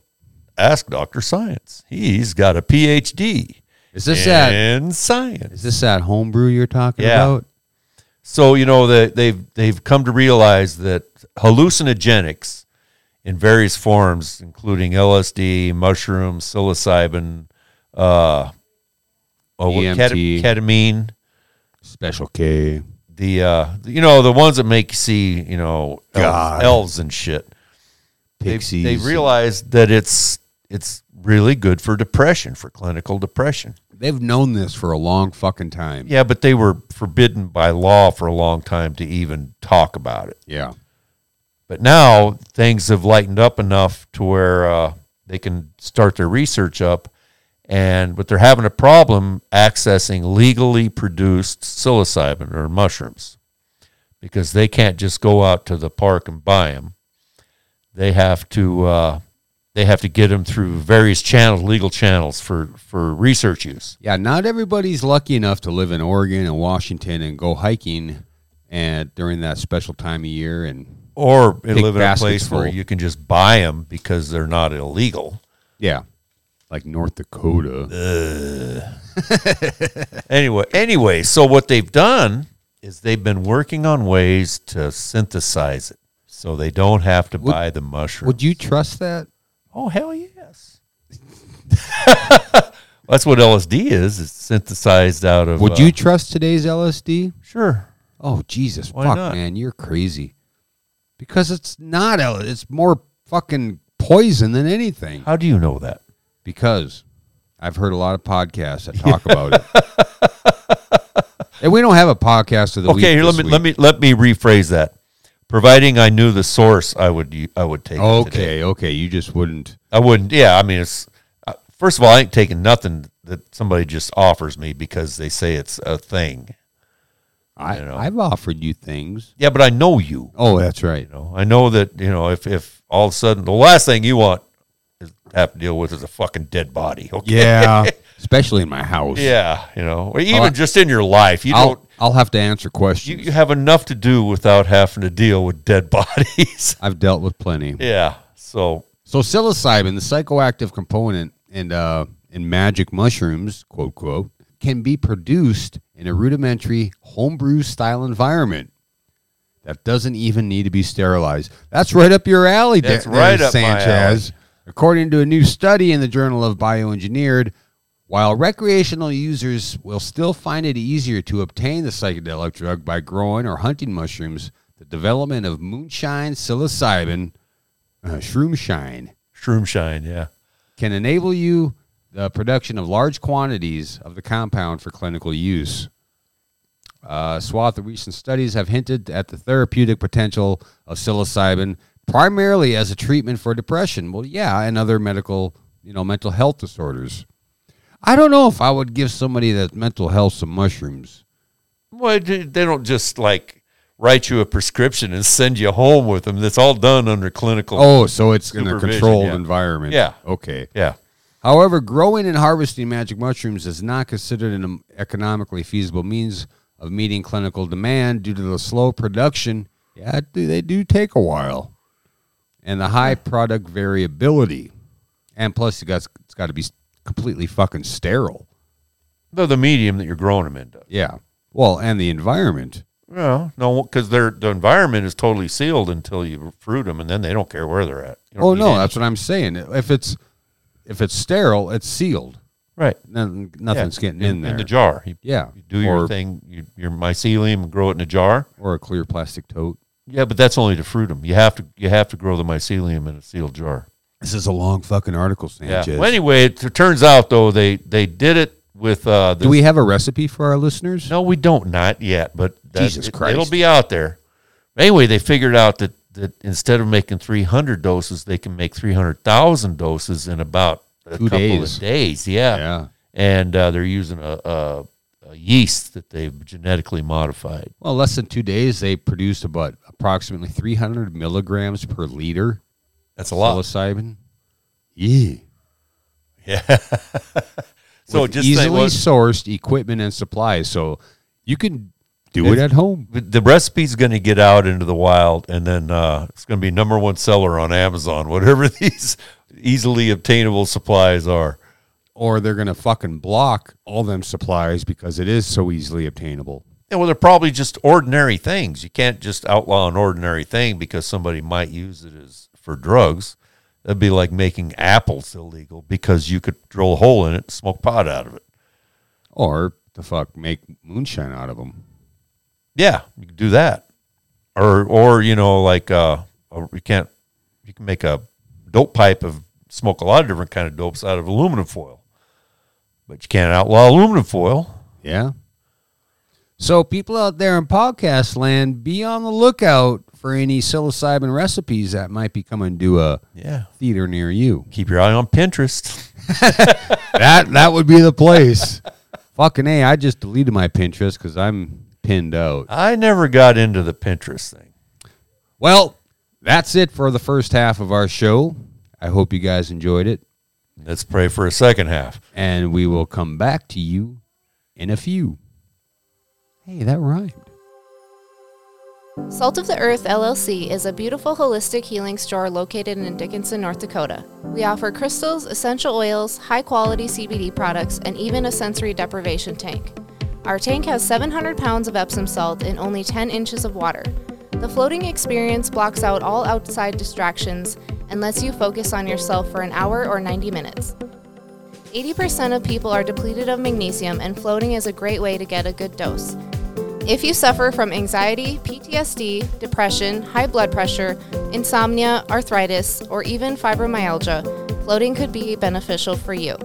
S2: ask Dr. Science. He's got a PhD
S1: Is this that?
S2: in science.
S1: Is this that homebrew you're talking
S2: Yeah.
S1: about?
S2: So you know that they've they've come to realize that hallucinogenics in various forms, including LSD, mushrooms, psilocybin, uh, oh, what-
S1: EMT.
S2: keta- ketamine,
S1: Special K.
S2: the uh, you know the ones that make you see you know
S1: God.
S2: elves, elves and shit. They-
S1: Pixies.
S2: They, realized that it's it's really good for depression, for clinical depression.
S1: They've known this for a long fucking time.
S2: Yeah, but they were forbidden by law for a long time to even talk about it.
S1: Yeah.
S2: But now things have lightened up enough to where uh, they can start their research up, and but they're having a problem accessing legally produced psilocybin or mushrooms because they can't just go out to the park and buy them. They have to uh, they have to get them through various channels, legal channels for for research use.
S1: Yeah, not everybody's lucky enough to live in Oregon and Washington and go hiking and during that special time of year and
S2: Or they
S1: Big
S2: live in a
S1: baskets
S2: place where
S1: full.
S2: you can just buy them because they're not illegal.
S1: yeah. Like North Dakota.
S2: anyway, anyway, so what they've done is they've been working on ways to synthesize it, so they don't have to buy the mushroom.
S1: Would you trust that?
S2: oh hell yes! <laughs> That's what LSD is. It's synthesized out of.
S1: Would
S2: uh,
S1: you trust today's LSD?
S2: Sure.
S1: Oh Jesus,
S2: Why
S1: fuck
S2: not?
S1: man, you're crazy. Because it's not L- it's more fucking poison than anything.
S2: How do you know that?
S1: Because I've heard a lot of podcasts that
S2: <laughs>
S1: talk about it. and we don't have a podcast of the week.
S2: okay, here, let
S1: this
S2: me
S1: week.
S2: let me let me rephrase that. Providing I knew the source, I would u- I would take. It
S1: Okay,
S2: today.
S1: okay, you just wouldn't.
S2: I wouldn't. Yeah, I mean, it's uh, first of all, I ain't taking nothing that somebody just offers me because they say it's a thing.
S1: I,
S2: You know.
S1: I've offered you things.
S2: Yeah, but I know you.
S1: Oh, that's right.
S2: You know, I know that you know if if all of a sudden the last thing you want is to have to deal with is a fucking dead body. Okay? <laughs>
S1: Yeah, especially in my house.
S2: yeah, you know, or even
S1: I'll-
S2: just in your life, you
S1: I'll
S2: don't.
S1: I'll have to answer
S2: You,
S1: questions.
S2: you have enough to do without having to deal with dead <laughs> bodies.
S1: I've dealt with plenty.
S2: yeah. So
S1: So psilocybin, the psychoactive component in uh, in magic mushrooms, quote quote, can be produced in a rudimentary homebrew style environment that doesn't even need to be sterilized. That's right up your alley, Da-
S2: That's
S1: there,
S2: right up my
S1: Sanchez. According to a new study in the Journal of Bioengineered, while recreational users will still find it easier to obtain the psychedelic drug by growing or hunting mushrooms, the development of moonshine psilocybin, uh, shroomshine,
S2: shroomshine. Yeah.
S1: can enable you the production of large quantities of the compound for clinical use. Uh, swath of recent studies have hinted at the therapeutic potential of psilocybin, primarily as a treatment for depression. Well, yeah, and other medical, you know, mental health disorders. I don't know if I would give somebody that's mental health some mushrooms.
S2: Well, they they don't just like write you a prescription and send you home with them. That's all done under clinical.
S1: Oh, so it's in a
S2: Supervision,
S1: controlled
S2: yeah.
S1: environment.
S2: Yeah.
S1: Okay.
S2: Yeah.
S1: However, growing and harvesting magic mushrooms is not considered an economically feasible means of meeting clinical demand due to the slow production. Yeah, it do- they do take a while, and the high product variability, and plus it got, it's got to be completely fucking sterile.
S2: No, the medium that you're growing them in does.
S1: Yeah. Well, and the environment.
S2: No, no, because their the environment is totally sealed until you fruit them, and then they don't care where they're at. You don't
S1: Oh
S2: need
S1: no,
S2: any-
S1: that's what I'm saying. If it's if it's sterile, it's sealed.
S2: right.
S1: Nothing,
S2: Yeah,
S1: nothing's getting in, there.
S2: in the jar. You,
S1: yeah.
S2: you do your
S1: or,
S2: thing, you, your mycelium, and grow it in a jar.
S1: or a clear plastic tote.
S2: Yeah, but that's only to fruit them. You have to you have to grow the mycelium in a sealed jar.
S1: This is a long fucking article,
S2: Yeah.
S1: Sanchez.
S2: Well, anyway, it, turns out though they they did it with uh. The,
S1: Do we have a recipe for our listeners?
S2: No, we don't. Not yet, but that-
S1: Jesus
S2: it-
S1: Christ.
S2: it'll be out there. Anyway, they figured out that that instead of making 300 doses, they can make 300,000 doses in about a
S1: Two
S2: couple
S1: days.
S2: of days. Yeah,
S1: Yeah.
S2: and uh, they're using a, a, a yeast that they've genetically modified.
S1: Well, less than two days, they produced about approximately 300 milligrams per liter
S2: That's
S1: psilocybin. Yeah.
S2: So
S1: With
S2: just
S1: easily
S2: think, well,
S1: sourced equipment and supplies, so you can do it
S2: It's-
S1: at home.
S2: the recipe's going to get out into the wild, and then uh, it's going to be number one seller on Amazon. <laughs> Whatever these easily obtainable supplies are.
S1: or they're gonna fucking block all them supplies because it is so easily obtainable.
S2: Yeah, well, they're probably just ordinary things. You can't just outlaw an ordinary thing because somebody might use it as for drugs. That'd be like making apples illegal because you could drill a hole in it and smoke pot out of it.
S1: Or the fuck make moonshine out of them.
S2: Yeah, you could do that, or or you know like uh, uh, you can't you can make a dope pipe of smoke a lot of different kind of dopes out of aluminum foil, but you can't outlaw aluminum foil.
S1: Yeah. So people out there in podcast land, be on the lookout for any psilocybin recipes that might be coming to a
S2: Yeah,
S1: theater near you.
S2: keep your eye on Pinterest.
S1: that that would be the place. Fucking a, I just deleted my Pinterest because I'm pinned out.
S2: I never got into the Pinterest thing.
S1: Well, that's it for the first half of our show. I hope you guys enjoyed it,
S2: Let's pray for a second half.
S1: and we will come back to you in a few. Hey, that rhymed.
S4: Salt of the Earth LLC is a beautiful holistic healing store located in Dickinson, North Dakota. We offer crystals, essential oils, high quality CBD products, and even a sensory deprivation tank. Our tank has 700 pounds of Epsom salt in only 10 inches of water. The floating experience blocks out all outside distractions and lets you focus on yourself for an hour or 90 minutes. 80% of people are depleted of magnesium, and floating is a great way to get a good dose. If you suffer from anxiety, PTSD, depression, high blood pressure, insomnia, arthritis, or even fibromyalgia, floating could be beneficial for you.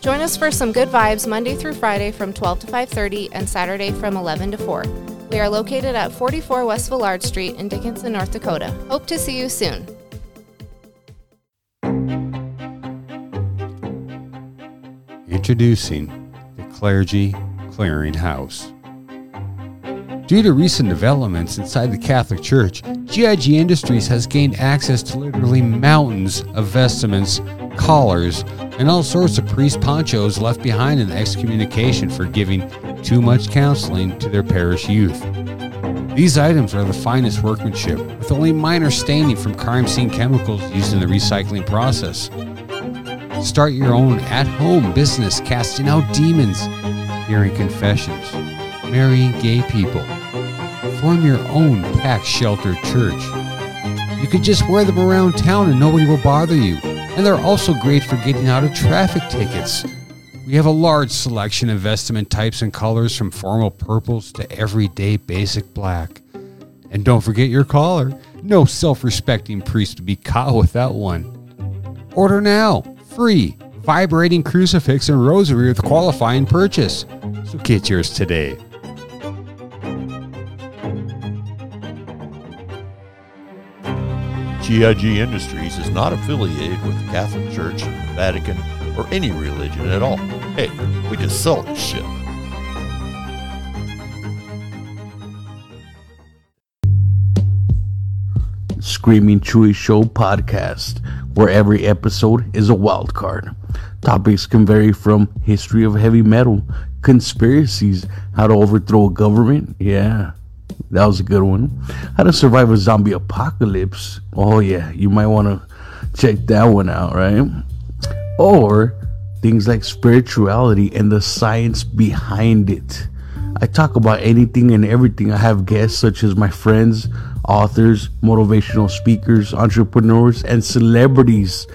S4: Join us for some good vibes Monday through Friday from 12 to 5:30 and Saturday from 11 to 4. We are located at 44 West Villard Street in Dickinson, North Dakota. Hope to see you soon.
S1: Introducing the Clergy Clearinghouse. Due to recent developments inside the Catholic Church, GIG Industries has gained access to literally mountains of vestments, collars, and all sorts of priest ponchos left behind in excommunication for giving too much counseling to their parish youth. These items are the finest workmanship, with only minor staining from crime scene chemicals used in the recycling process. Start your own at home business casting out demons, hearing confessions, marrying gay people. Form your own packed shelter church. You could just wear them around town and nobody will bother you. And they're also great for getting out of traffic tickets. We have a large selection of vestment types and colors from formal purples to everyday basic black. And don't forget your collar. No self respecting priest would be caught without one. Order now. Free. Vibrating crucifix and rosary with qualifying purchase. So get yours today.
S2: GIG Industries is not affiliated with the Catholic Church, Vatican, or any religion at all. Hey, we just sell this shit.
S5: Screaming Chewy Show podcast, where every episode is a wild card. Topics can vary from history of heavy metal, conspiracies, how to overthrow a government. Yeah, that was a good one. How to survive a zombie apocalypse. Oh, yeah, you might want to check that one out, right? Or things like spirituality and the science behind it. I talk about anything and everything. I have guests such as my friends, authors, motivational speakers, entrepreneurs, and celebrities.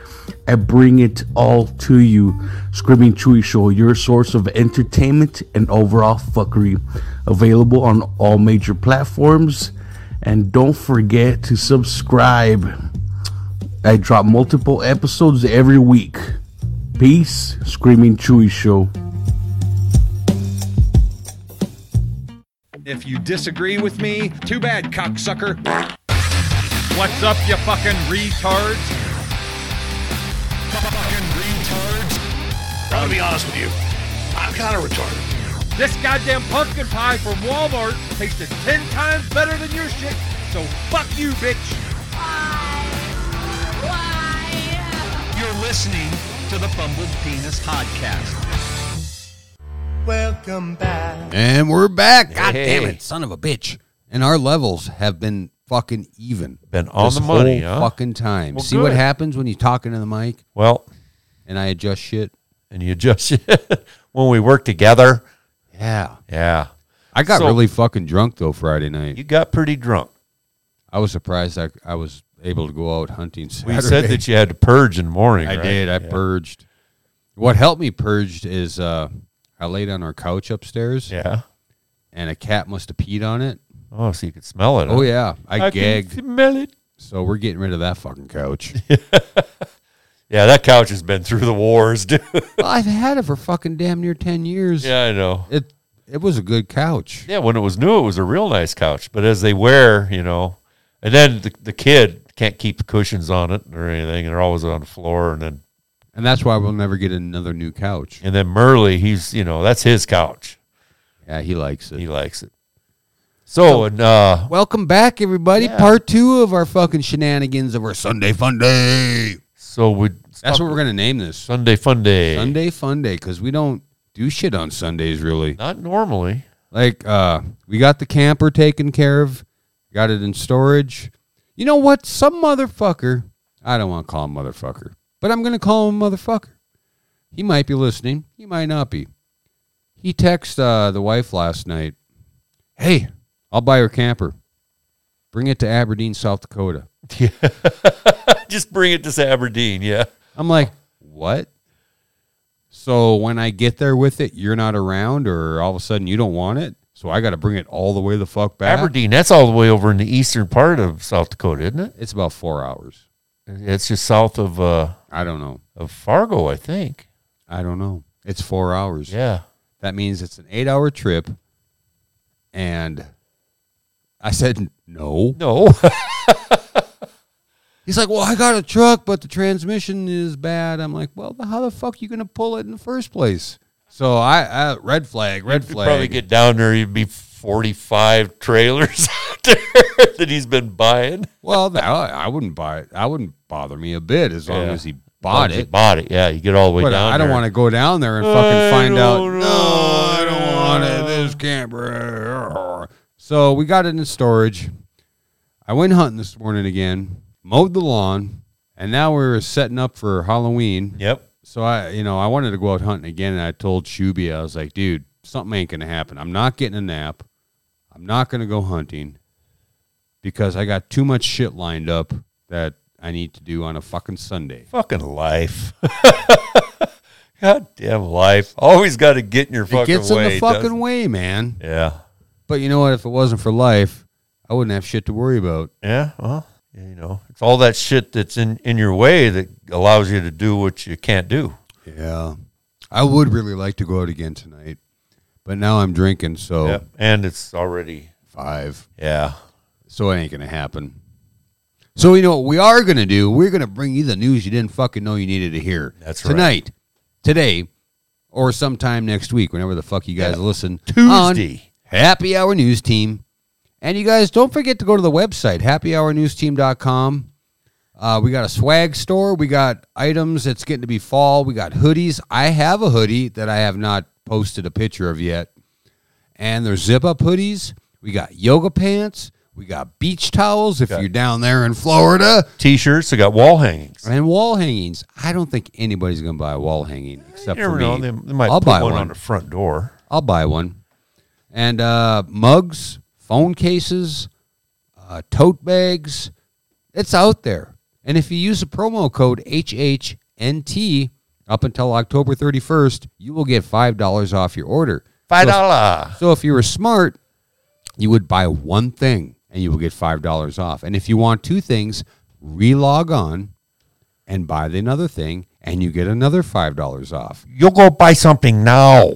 S5: I bring it all to you. Screaming Chewy Show, your source of entertainment and overall fuckery. Available on all major platforms. And don't forget to subscribe. I drop multiple episodes every week. Peace, Screaming Chewy Show.
S6: If you disagree with me, too bad, cocksucker. What's up, you fucking retards? Fucking retards.
S7: I'm gonna be honest with you. I'm kind of retarded.
S6: This goddamn pumpkin pie from Walmart tasted ten times better than your shit, so fuck you, bitch.
S7: You're listening to the Fumbled Penis Podcast.
S1: And we're back. God damn it, son of a bitch. And our levels have been fucking even.
S2: Been on
S1: This
S2: the money,
S1: whole
S2: huh?
S1: Fucking time.
S2: Well,
S1: See what
S2: good.
S1: happens when you talking to the mic
S2: Well,
S1: and I adjust shit.
S2: and you just <laughs> when we work together,
S1: Yeah.
S2: yeah,
S1: I got
S2: So-
S1: really fucking drunk though Friday night.
S2: you got pretty drunk.
S1: I was surprised I, I was able to go out hunting. Saturday.
S2: We said that you had to purge in the morning.
S1: <laughs> I
S2: right?
S1: did. I
S2: Yeah.
S1: purged. What helped me purged is uh, I laid on our couch upstairs
S2: Yeah.
S1: and a cat must have peed on it.
S2: Oh, so you could smell it.
S1: Oh
S2: huh?
S1: yeah, I, gagged.
S2: Can smell it.
S1: So we're getting rid of that fucking <laughs> couch.
S2: Yeah, that couch has been through the wars, <laughs> dude.
S1: well, I've had it for fucking damn near ten years.
S2: yeah, I know.
S1: It it was a good couch.
S2: Yeah, when it was new, it was a real nice couch. But as they wear, you know, and then the, the kid can't keep the cushions on it or anything. They're always on the floor. And then
S1: And that's why we'll never get another new couch.
S2: and then Murley, he's you know that's his couch.
S1: Yeah, he likes it.
S2: He likes it. So and uh,
S1: Welcome back, everybody.
S2: Yeah.
S1: Part two of our fucking shenanigans of our Sunday Fun Day.
S2: so we
S1: That's what we're gonna name this
S2: Sunday Fun Day.
S1: Sunday Fun Day because we don't do shit on Sundays really.
S2: Not normally. <laughs>
S1: Like uh, we got the camper taken care of, got it in storage. You know what? Some motherfucker. I don't want to call him motherfucker, but I'm gonna call him motherfucker. He might be listening. He might not be. He texted uh, the wife last night. Hey, I'll buy your camper. Bring it to Aberdeen, South Dakota.
S2: Just bring it to Aberdeen. Yeah.
S1: I'm like, what? So when I get there with it, you're not around, or all of a sudden you don't want it. So I got to bring it all the way the fuck back.
S2: Aberdeen, that's all the way over in the eastern part of South Dakota, isn't it?
S1: It's about four hours.
S2: It's just south of uh,
S1: I don't know.
S2: of Fargo, I think.
S1: I don't know. It's four hours.
S2: Yeah.
S1: That means it's an eight hour trip. And I said, no.
S2: No. <laughs>
S1: He's like, well, I got a truck, but the transmission is bad. I'm like, well, how the fuck you going to pull it in the first place? So I, I red flag, red
S2: You'd
S1: flag.
S2: probably get down there, you'd be 45 trailers <laughs> out there that he's been buying.
S1: Well, no, I wouldn't buy it. I wouldn't bother me a bit as long
S2: Yeah.
S1: as he bought
S2: He
S1: it.
S2: bought it. Yeah, you get all the way
S1: But
S2: down
S1: I don't
S2: there.
S1: want to go down there and
S2: I
S1: fucking find out.
S2: don't
S1: No, I don't want it. This camper. So we got it in storage. I went hunting this morning again, mowed the lawn, and now we're setting up for Halloween.
S2: Yep.
S1: So I, you know, I wanted to go out hunting again, and I told Shuby, I was like, dude, something ain't gonna happen. I'm not getting a nap. I'm not gonna go hunting because I got too much shit lined up that I need to do on a fucking Sunday.
S2: Fucking life. <laughs> God damn life. Always got to get in your
S1: It
S2: fucking
S1: gets
S2: way.
S1: in the fucking
S2: doesn't it?
S1: way, man.
S2: Yeah.
S1: But you know what? If it wasn't for life, I wouldn't have shit to worry about.
S2: Yeah. Well, you know, it's all that shit that's in, in your way that allows you to do what you can't do.
S1: Yeah, I would really like to go out again tonight, but now I'm drinking, so
S2: Yep. And it's already,
S1: five.
S2: yeah.
S1: So it ain't gonna happen. So you know what we are gonna do? We're gonna bring you the news you didn't fucking know you needed to hear.
S2: That's right.
S1: tonight, today, or sometime next week, whenever the fuck you guys listen. on
S2: Tuesday.
S1: Happy Hour News Team. And you guys don't forget to go to the website, happyhournewsteam.com. Uh, we got a swag store. We got items. It's getting to be fall. We got hoodies. I have a hoodie that I have not posted a picture of yet. And there's zip up hoodies. We got yoga pants. We got beach towels if you're down there in Florida.
S2: T shirts, they got wall hangings.
S1: And wall hangings. I don't think anybody's going to buy a wall hanging except
S2: You never
S1: for
S2: know.
S1: me.
S2: They, they might
S1: I'll
S2: put
S1: buy
S2: one,
S1: one.
S2: on the front door.
S1: I'll buy one. And uh, mugs, phone cases, uh, tote bags. It's out there. And if you use the promo code HHNT up until October 31st, you will get $5 off your order.
S2: Five dollar.
S1: So if you were smart, you would buy one thing and you will get $5 off. And if you want two things, relog on and buy the another thing and you get another $5 off.
S2: You go buy something now.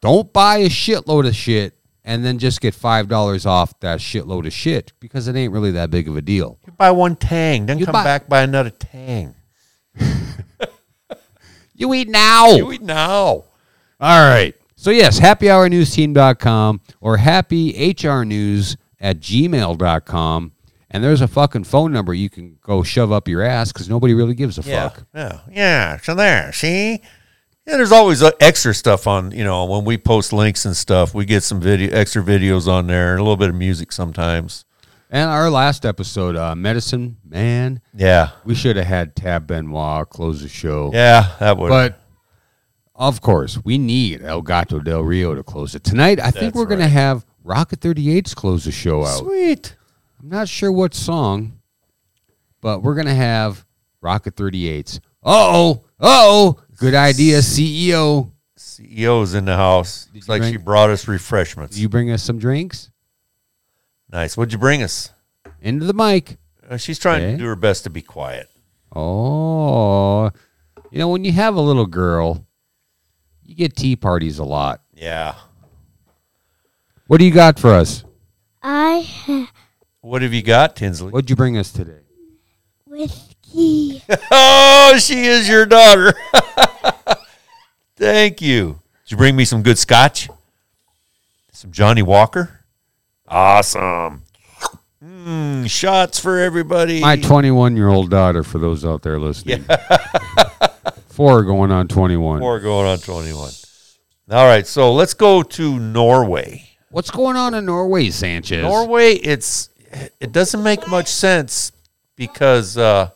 S1: Don't buy a shitload of shit and then just get five dollars off that shitload of shit because it ain't really that big of a deal.
S2: You buy one tang, then
S1: You
S2: come
S1: buy-
S2: back buy another tang.
S1: You eat now.
S2: Do it now.
S1: All right. So yes, happyhournewsteam.com or happyhrnews at gmail.com. And there's a fucking phone number you can go shove up your ass because nobody really gives a
S2: Yeah.
S1: fuck.
S2: Yeah. Yeah. So there. See. Yeah, there's always uh, extra stuff on, you know, when we post links and stuff, we get some video, extra videos on there, a little bit of music sometimes.
S1: And our last episode, uh, Medicine Man,
S2: Yeah.
S1: we should have had Tab Benoit close the show.
S2: Yeah, that would.
S1: But of course, we need El Gato del Rio to close it. Tonight, I think
S2: That's
S1: we're going to
S2: right.
S1: have Rocket 38's close the show out.
S2: sweet.
S1: I'm not sure what song, but we're going to have Rocket 38's. Uh-oh, uh-oh, good idea, E CEO.
S2: CEO's E in the house. It's
S1: you
S2: like
S1: bring-
S2: she brought us refreshments.
S1: Will you bring us some drinks?
S2: nice. What'd you bring us?
S1: Into the mic.
S2: Uh, she's trying
S1: Okay.
S2: to do her best to be quiet.
S1: Oh, you know, when you have a little girl, you get tea parties a lot.
S2: Yeah.
S1: What do you got for us?
S8: I have
S2: What have you got, Tinsley?
S1: What'd you bring us today?
S8: whiskey.
S2: Oh, she is your daughter. <laughs> Thank you. Did you bring me some good scotch? Some Johnny Walker? Awesome. Mm, shots for everybody.
S1: My 21 year old daughter, for those out there listening.
S2: <laughs>
S1: Four going on 21.
S2: More going on 21. All right, so let's go to Norway.
S1: What's going on in Norway, Sanchez?
S2: Norway, it's it doesn't make much sense because uh,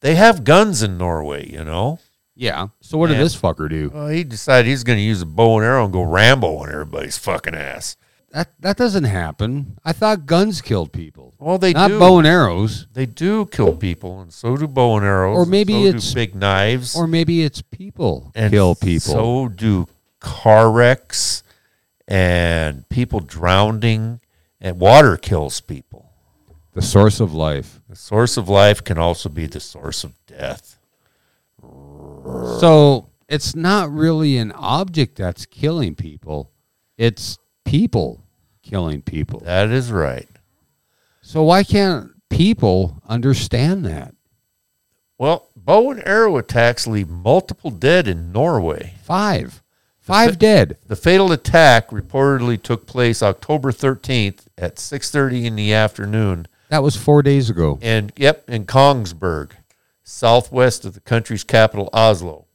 S2: they have guns in Norway, you know.
S1: Yeah. So what
S2: Yeah.
S1: did this fucker do?
S2: Well, he decided he's going to use a bow and arrow and go Rambo on everybody's fucking ass.
S1: That that doesn't happen. I thought guns killed people.
S2: Well, they
S1: Not
S2: do.
S1: bow and arrows.
S2: They do kill people, and so do bow and arrows,
S1: Or
S2: and
S1: maybe
S2: so
S1: it's-
S2: do big knives,
S1: Or maybe it's people
S2: and
S1: kill people.
S2: So do car wrecks and people drowning, and water kills people.
S1: the source of life.
S2: The source of life can also be the source of death.
S1: So it's not really an object that's killing people. It's people killing people.
S2: That is right.
S1: So why can't people understand that?
S2: Well, bow and arrow attacks leave multiple dead in Norway.
S1: Five. Five
S2: fa-
S1: dead.
S2: The fatal attack reportedly took place October 13th at 6:30 in the afternoon
S1: That was four days ago.
S2: and yep, in Kongsberg, southwest of the country's capital Oslo,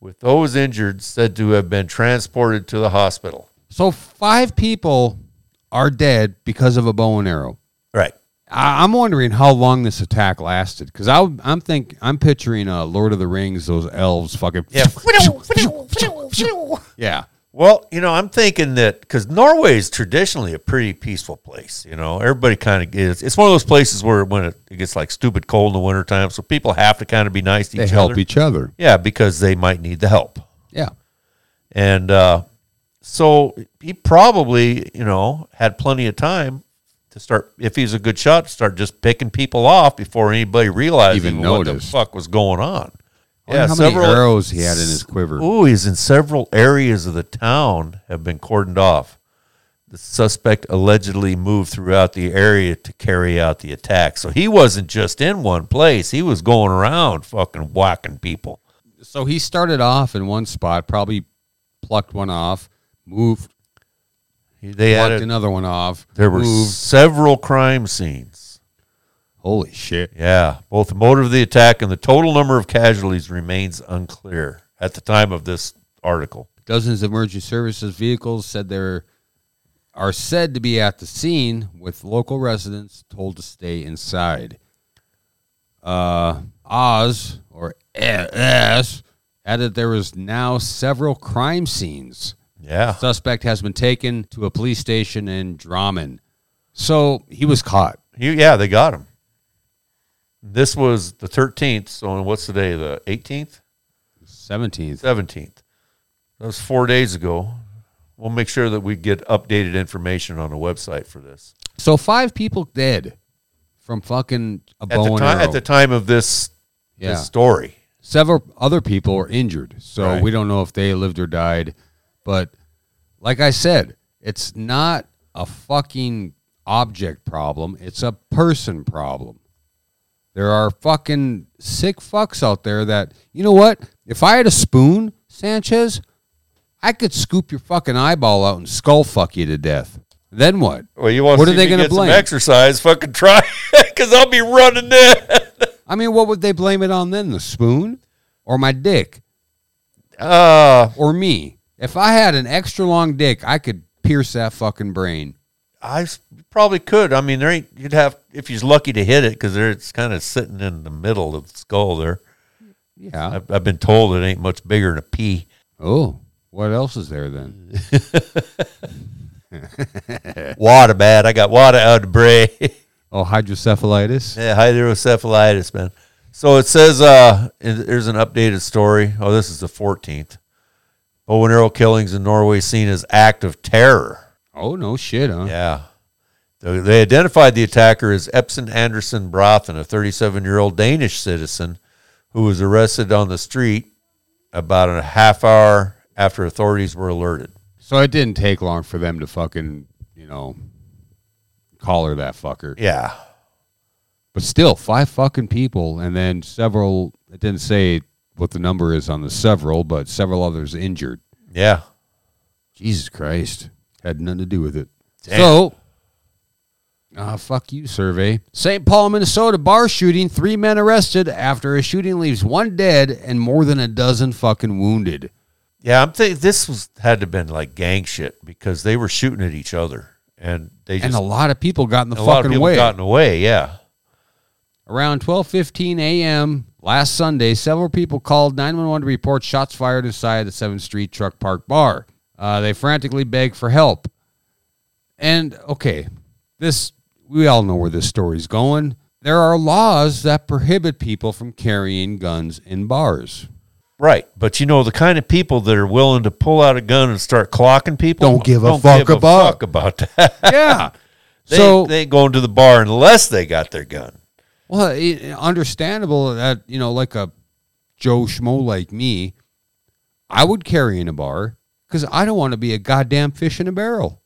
S2: with those injured said to have been transported to the hospital.
S1: So five people are dead because of a bow and arrow.
S2: Right.
S1: I, I'm wondering how long this attack lasted because I'm think I'm picturing uh, Lord of the Rings, those elves fucking <laughs>
S2: Yeah.
S1: yeah.
S2: Well, you know, I'm thinking that because Norway is traditionally a pretty peaceful place. You know, everybody kind of is. It's one of those places where when it, it gets like stupid cold in the wintertime, so people have to kind of be nice to
S1: They
S2: each
S1: help
S2: other.
S1: each other.
S2: yeah, because they might need the help.
S1: Yeah,
S2: And uh, so he probably, you know, had plenty of time to start, if he's a good shot, to start just picking people off before anybody realized
S1: Even
S2: even what the
S1: noticed.
S2: fuck was going on.
S1: I wonder how many arrows he had in his quiver.
S2: Ooh, he's in several areas of the town have been cordoned off. The suspect allegedly moved throughout the area to carry out the attack. So he wasn't just in one place. He was going around fucking whacking people.
S1: So he started off in one spot, probably plucked one off, moved,
S2: He- They had
S1: plucked
S2: a-
S1: another one off.
S2: There were
S1: moved.
S2: several crime scenes.
S1: holy shit.
S2: Yeah, both the motive of the attack and the total number of casualties remains unclear at the time of this article.
S1: Dozens of emergency services vehicles said they are said to be at the scene, with local residents told to stay inside. Uh, Oz or S added there is now several crime scenes.
S2: Yeah,
S1: Suspect has been taken to a police station in Drammen. So he was caught.
S2: he, yeah, they got him. This was the 13th. So what's today? The 18th,
S1: 17th.
S2: 17th. That was four days ago. We'll make sure that we get updated information on the website for this.
S1: So five people dead from fucking a
S2: At
S1: bow
S2: the
S1: and
S2: time,
S1: arrow.
S2: at the time of this,
S1: yeah.
S2: this story,
S1: Several other people were injured, so
S2: Right.
S1: we don't know if they lived or died. But like I said, it's not a fucking object problem; it's a person problem. There are fucking sick fucks out there that you know what? If I had a spoon, Sanchez, I could scoop your fucking eyeball out and skull fuck you to death. Then what?
S2: well, you want
S1: What
S2: to
S1: are
S2: see
S1: they
S2: me
S1: gonna
S2: get some
S1: blame?
S2: exercise? Fucking try, <laughs> because I'll be running <laughs> that.
S1: I mean, what would they blame it on then? The spoon or my dick
S2: Uh,
S1: or me? If I had an extra long dick, I could pierce that fucking brain.
S2: I s- probably could. I mean, there ain't. You'd have if he's lucky to hit it because it's kind of sitting in the middle of the skull there.
S1: Yeah.
S2: I've, I've been told it ain't much bigger than a pea.
S1: oh, what else is there then?
S2: <laughs> Water bad. I got water out of bray.
S1: Oh, hydrocephalitis.
S2: <laughs> yeah, hydrocephalitis, man. So it says uh, and there's an updated story. Oh, this is the 14th. Bow and arrow killings in Norway seen as act of terror.
S1: Oh no shit, huh?
S2: Yeah. They- They identified the attacker as Epson Anderson Brothen, a 37 year old Danish citizen who was arrested on the street about a half hour after authorities were alerted.
S1: So it didn't take long for them to fucking, you know, collar that fucker.
S2: Yeah.
S1: But still, five fucking people, and then several. It didn't say what the number is on the several, but several others injured.
S2: Yeah.
S1: Jesus Christ, had nothing to do with it.
S2: Damn.
S1: So, ah, fuck you, survey. St. Paul, Minnesota bar shooting. Three men arrested after a shooting leaves one dead and more than a dozen fucking wounded.
S2: Yeah. I'm thinking this was had to have been like gang shit because they were shooting at each other and they just
S1: and a lot of people got in the
S2: a lot of
S1: fucking
S2: people
S1: way.
S2: gotten away. Yeah.
S1: Around 12:15 a.m. last Sunday, several people called 911 to report shots fired inside the 7th Street Truck Park Bar. Uh, they frantically begged for help. And okay, this we all know where this story's going. There are laws that prohibit people from carrying guns in bars.
S2: Right. But you know, the kind of people that are willing to pull out a gun and start clocking people
S1: Don't give a fuck about-
S2: fuck about that.
S1: Yeah.
S2: They,
S1: so
S2: they ain't going to the bar unless they got their gun.
S1: Well, it, understandable that you know, like a Joe Schmo like me, I would carry in a bar because I don't want to be a goddamn fish in a barrel.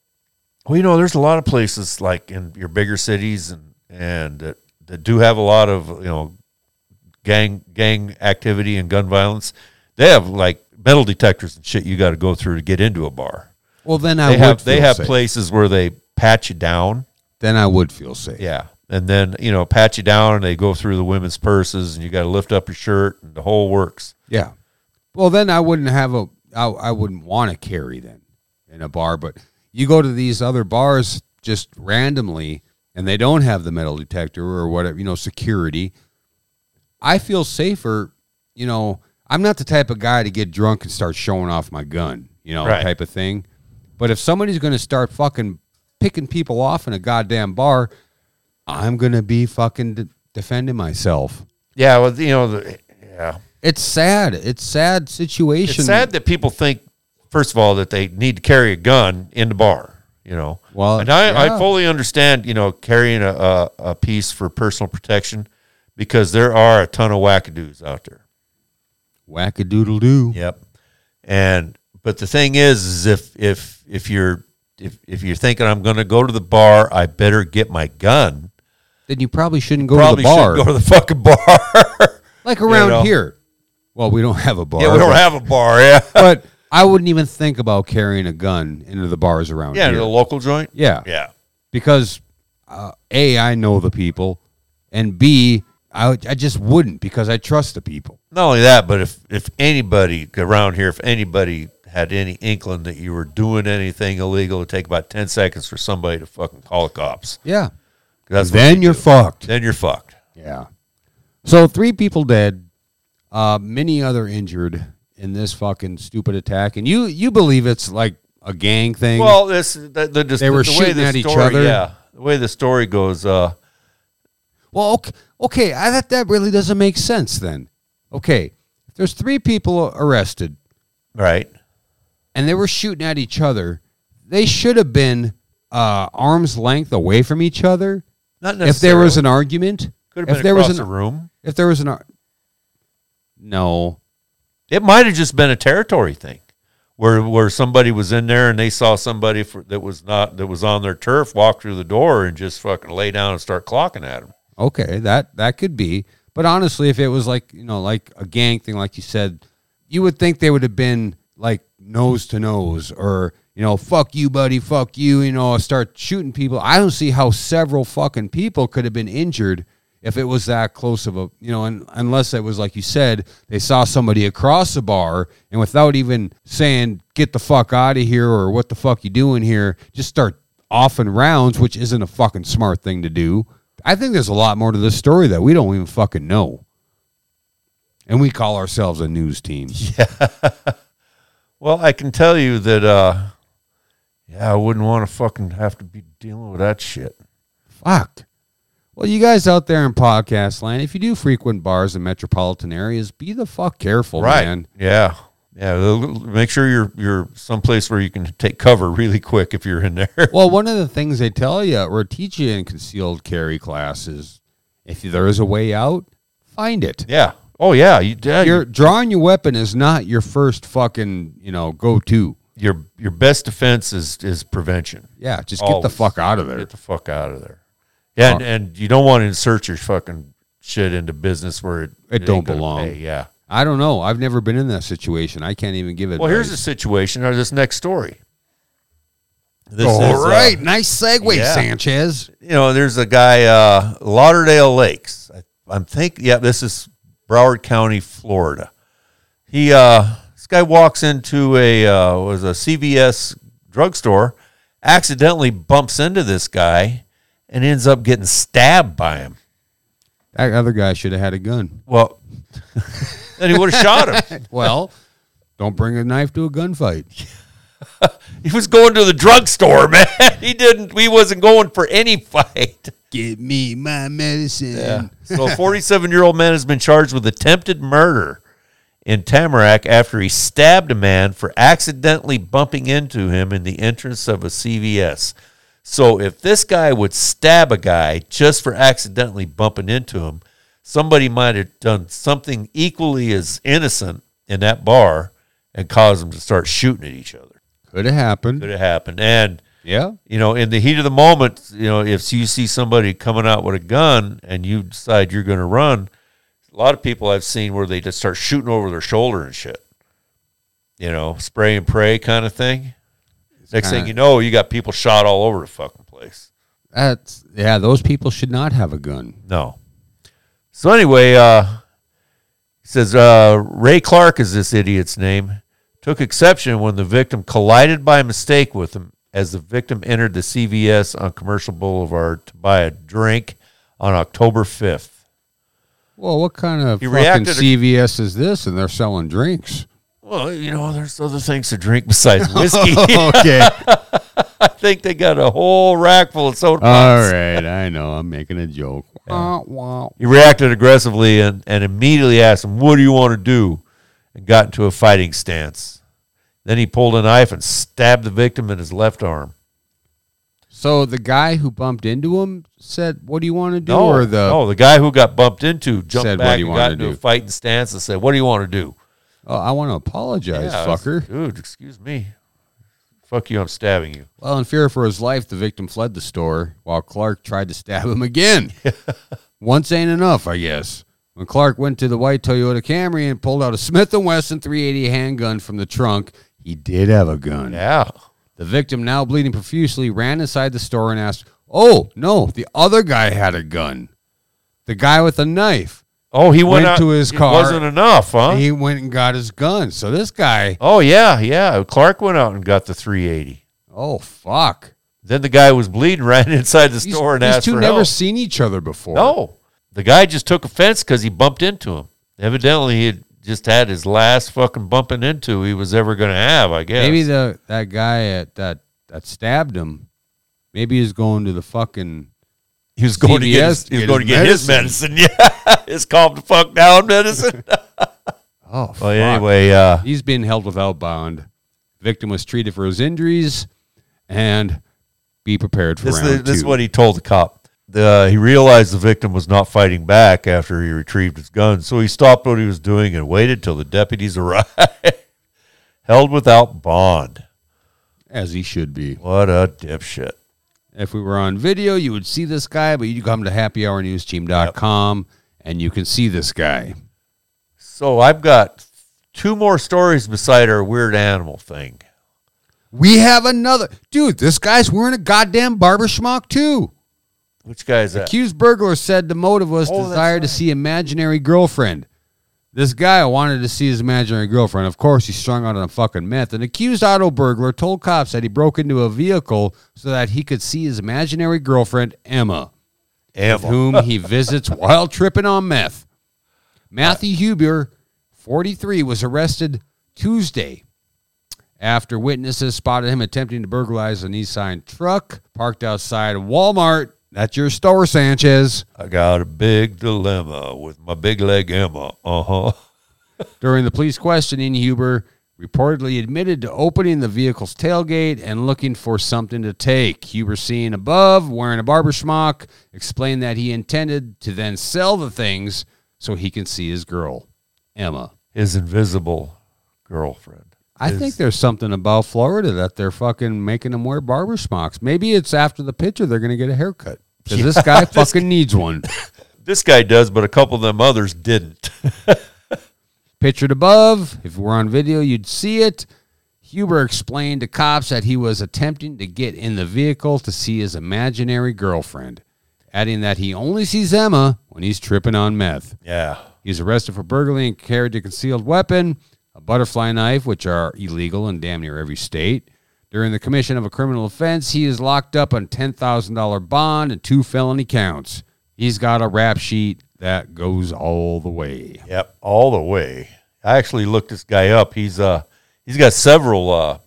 S2: Well, you know, there's a lot of places like in your bigger cities and and that, that do have a lot of you know gang gang activity and gun violence. They have like metal detectors and shit you got to go through to get into a bar.
S1: Well, then I
S2: They
S1: would
S2: have
S1: feel
S2: they have
S1: safe.
S2: places where they pat you down.
S1: Then I would feel safe.
S2: Yeah. And then, you know, pat you down and they go through the women's purses and you got to lift up your shirt and the whole works.
S1: Yeah. Well, then I wouldn't have a. I, I wouldn't want to carry then in a bar. But you go to these other bars just randomly, and they don't have the metal detector or whatever you know security. I feel safer. You know, I'm not the type of guy to get drunk and start showing off my gun. You know,
S2: Right.
S1: type of thing. But if somebody's going to start fucking picking people off in a goddamn bar, I'm going to be fucking de- defending myself.
S2: Yeah. Well, you know, the, yeah.
S1: It's sad. It's sad situation.
S2: It's sad that people think, first of all, that they need to carry a gun in the bar. You know,
S1: Well,
S2: and I,
S1: yeah.
S2: I fully understand. You know, carrying a, a a piece for personal protection because there are a ton of wackadoos out there.
S1: Whack a doodle doo.
S2: Yep. And but the thing is, is if if if you're if if you're thinking I'm going to go to the bar, I better get my gun.
S1: Then you probably shouldn't go
S2: Probably
S1: to the bar.
S2: should go to the fucking bar. <laughs>
S1: like around
S2: know.
S1: here. Well, we don't have a bar.
S2: yeah, we don't have a
S1: <laughs>
S2: bar. Yeah.
S1: but I wouldn't even think about carrying a gun into the bars around
S2: Yeah,
S1: here.
S2: the local joint.
S1: yeah.
S2: Yeah.
S1: Because uh, A, I know the people, and B, I, would- I just wouldn't because I trust the people.
S2: not only that, but if if anybody around here, if anybody had any inkling that you were doing anything illegal, it'd take about ten seconds for somebody to fucking call the cops.
S1: Yeah.
S2: 'Cause That's what
S1: then
S2: they
S1: you're
S2: do.
S1: fucked.
S2: Then you're fucked.
S1: Yeah. So three people dead, uh, many other injured in this fucking stupid attack, and you you believe it's like a gang thing.
S2: Well, this the, the, just,
S1: They were
S2: the way
S1: shooting
S2: the
S1: at each
S2: story-
S1: other.
S2: Yeah, the way the story goes. Uh,
S1: Well, okay, okay I, that that really doesn't make sense then. Okay, if there's three people arrested
S2: right.
S1: and they were shooting at each other, they should have been uh, arm's length away from each other.
S2: Not necessarily.
S1: If there was an argument,
S2: could have
S1: if
S2: been
S1: there was
S2: across
S1: an
S2: the room.
S1: if there was an ar- no,
S2: It might have just been a territory thing, where where somebody was in there and they saw somebody for, that was not that was on their turf walk through the door and just fucking lay down and start clocking at them.
S1: okay, that that could be. But honestly, if it was like you know like a gang thing, like you said, you would think they would have been like nose to nose or you know fuck you buddy fuck you you know start shooting people i don't see how several fucking people could have been injured if it was that close of a you know and unless it was like you said they saw somebody across the bar and without even saying get the fuck out of here or what the fuck you doing here just start off in rounds, which isn't a fucking smart thing to do. I think there's a lot more to this story that we don't even fucking know. And we call ourselves a news team.
S2: Well, I can tell you that, uh, yeah, I wouldn't want to fucking have to be dealing with that shit.
S1: Fuck. Well, you guys out there in podcast land, if you do frequent bars in metropolitan areas, be the fuck careful, Oh, man.
S2: Yeah. Yeah. l- l- Make sure you're you're someplace where you can take cover really quick if you're in there. <laughs>
S1: Well, one of the things they tell you or teach you in concealed carry class is if there is a way out, find it.
S2: yeah. Oh yeah. You, yeah
S1: Your
S2: your
S1: drawing your weapon is not your first fucking, you know, go to.
S2: your your best defense is is prevention.
S1: Yeah, just get the
S2: Always.
S1: fuck out of there.
S2: Get the fuck out of there. Yeah, and, and you don't want to insert your fucking shit into business where it,
S1: It
S2: ain't
S1: don't
S2: gonna
S1: belong.
S2: pay, Yeah.
S1: I don't know. I've never been in that situation. I can't even give it.
S2: Well, here's the situation or this next story. This
S1: All
S2: uh,
S1: right, nice segue,
S2: yeah.
S1: Sanchez.
S2: you know, there's a guy, uh, Lauderdale Lakes. I, I'm thinking, yeah, this is Broward County, Florida. He, uh, this guy walks into a, uh, was a CVS drugstore, accidentally bumps into this guy and ends up getting stabbed by him.
S1: That other guy should have had a gun.
S2: Well, <laughs> then he would have shot him.
S1: Well, <laughs> don't bring a knife to a gunfight.
S2: He was going to the drugstore, <laughs> man. He didn't, he wasn't going for any fight.
S1: Give me my medicine.
S2: So, a 47 year old man has been charged with attempted murder in Tamarack after he stabbed a man for accidentally bumping into him in the entrance of a CVS. So, if this guy would stab a guy just for accidentally bumping into him, somebody might have done something equally as innocent in that bar and caused them to start shooting at each other.
S1: Could have happened.
S2: Could have happened. And
S1: Yeah.
S2: you know, in the heat of the moment, you know, if you see somebody coming out with a gun and you decide you're going to run, a lot of people I've seen where they just start shooting over their shoulder and shit. You know, spray and pray kind of thing. Next
S1: kinda-
S2: thing you know, you got people shot all over the fucking place.
S1: That's yeah. Those people should not have a gun.
S2: No. So anyway, uh, he says uh, Ray Clark is this idiot's name. Took exception when the victim collided by mistake with him as the victim entered the CVS on Commercial Boulevard to buy a drink on October fifth.
S1: Well, what kind of
S2: He
S1: fucking
S2: reacted-
S1: CVS is this? And they're selling
S2: <laughs>
S1: drinks.
S2: Well, you know, there's other things to drink besides whiskey. <laughs>
S1: okay.
S2: I think they got a whole rack full of soda.
S1: All
S2: pops.
S1: right. I know. I'm making a joke. Wah, wah.
S2: He reacted aggressively and, and immediately asked him, What do you want to do? and got into a fighting stance. Then he pulled a knife and stabbed the victim in his left arm.
S1: So the guy who bumped into him said, "What do you want to do?"
S2: No,
S1: or the
S2: no, the guy who got bumped into jumped
S1: Said, "What
S2: back
S1: do you
S2: and
S1: want
S2: got
S1: to
S2: into
S1: do?"
S2: a fighting stance and said, What do you want to do?
S1: oh, I want to apologize,
S2: Yeah, I was-
S1: fucker.
S2: Dude, excuse me. Fuck you, I'm stabbing you.
S1: Well, in fear for his life, the victim fled the store while Clark tried to stab him
S2: <laughs>
S1: again. Once ain't enough, I guess. When Clark went to the white Toyota Camry and pulled out a Smith & Wesson 380 handgun from the trunk, he did have a gun.
S2: Yeah.
S1: The victim, now bleeding profusely, ran inside the store and asked, "Oh, no, the other guy had a gun. The guy with a knife.
S2: Oh, he went,
S1: Went
S2: out,
S1: to his
S2: it
S1: car.
S2: wasn't enough, huh?
S1: He went and got his gun." So this guy,
S2: oh, yeah, yeah. Clark went out and got the 380.
S1: oh fuck.
S2: Then the guy was bleeding, <laughs> ran inside the store and
S1: these
S2: asked
S1: two
S2: for
S1: never
S2: help.
S1: seen each other before.
S2: No, the guy just took offense because he bumped into him. Evidently, he had just had his last fucking bumping into he was ever going to have. I guess.
S1: Maybe the that guy at that that stabbed him. Maybe he's going to the fucking.
S2: he was going to get his,
S1: CVS
S2: he was
S1: get
S2: going
S1: his
S2: to get his medicine. <laughs> Yeah, his calm the fuck down medicine.
S1: Oh, fuck.
S2: <laughs> well, anyway, uh,
S1: he's been held without bond. Victim was treated for his injuries, and be prepared for
S2: this
S1: round
S2: is, this is
S1: two.
S2: what he told the cop. The, uh, he realized the victim was not fighting back after he retrieved his gun, so he stopped what he was doing and waited till the deputies <laughs> arrived. Held without bond.
S1: as he should be.
S2: What a dipshit.
S1: If we were on video, you would see this guy, but you come to happyhournewsteam.com and you can see this guy.
S2: So I've got two more stories beside our weird animal thing.
S1: We have another dude. This guy's wearing a goddamn barber schmuck too.
S2: Which guy's that?
S1: Accused burglar said the motive was
S2: Oh, that's
S1: desire to
S2: right.
S1: see imaginary girlfriend. This guy wanted to see his imaginary girlfriend. Of course, he's strung out on fucking meth. An accused auto burglar told cops that he broke into a vehicle so that he could see his imaginary girlfriend, Emma, with
S2: Ever.
S1: whom
S2: <laughs>
S1: he visits while tripping on meth. Matthew Huber, 43, was arrested Tuesday after witnesses spotted him attempting to burglarize a Nissan truck parked outside of Walmart. That's your store, Sanchez.
S2: I got a big dilemma with my big leg Emma. Uh huh.
S1: During the police questioning, Huber reportedly admitted to opening the vehicle's tailgate and looking for something to take. Huber, seen above wearing a barber schmuck, explained that he intended to then sell the things so he can see his girl, Emma.
S2: His invisible girlfriend.
S1: I think there's something about Florida that they're fucking making them wear barber smocks. Maybe it's after the picture they're going to get a haircut. Because this guy fucking needs one.
S2: This guy does, but a couple of them others didn't. <laughs>
S1: Pictured above, if we're on video, you'd see it. Huber explained to cops that he was attempting to get in the vehicle to see his imaginary girlfriend, adding that he only sees Emma when he's tripping on meth.
S2: yeah.
S1: He was arrested for burglary and carried a concealed weapon, a butterfly knife, which are illegal in damn near every state. During the commission of a criminal offense, he is locked up on $10,000 bond and two felony counts. He's got a rap sheet that goes all the way.
S2: Yep. All the way. I actually looked this guy up. He's uh he's got several uh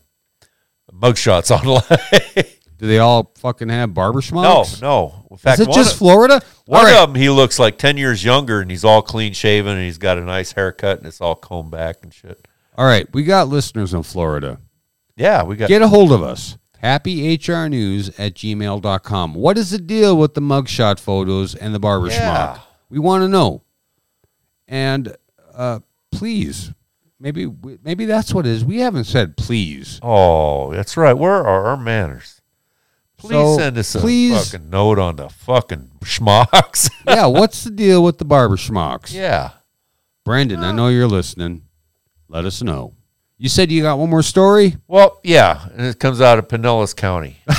S2: mugshots <laughs> online.
S1: Do they all fucking have barber
S2: no,
S1: smokes?
S2: no. In fact,
S1: Is it
S2: one
S1: just
S2: of-
S1: Florida?
S2: One
S1: All right.
S2: of them, he looks like ten years younger, and he's all clean shaven, and he's got a nice haircut, and it's all combed back and shit.
S1: All right. We got listeners in Florida.
S2: Yeah, we got
S1: Get a hold of us. HappyHRnews at gmail.com. What is the deal with the mugshot photos and the barber
S2: Yeah.
S1: schmuck? We want to know. And uh, please, maybe we- maybe that's what it is. We haven't said
S2: <laughs>
S1: please.
S2: Oh, that's right. Where are our manners? Please
S1: So,
S2: send us a
S1: please-
S2: fucking note on the fucking <laughs> schmucks.
S1: yeah, what's the deal with the barber schmucks?
S2: yeah. Uh.
S1: Brandon, I know you're listening. Let us know. You said you got one more story?
S2: Well, yeah, and it comes out of Pinellas County in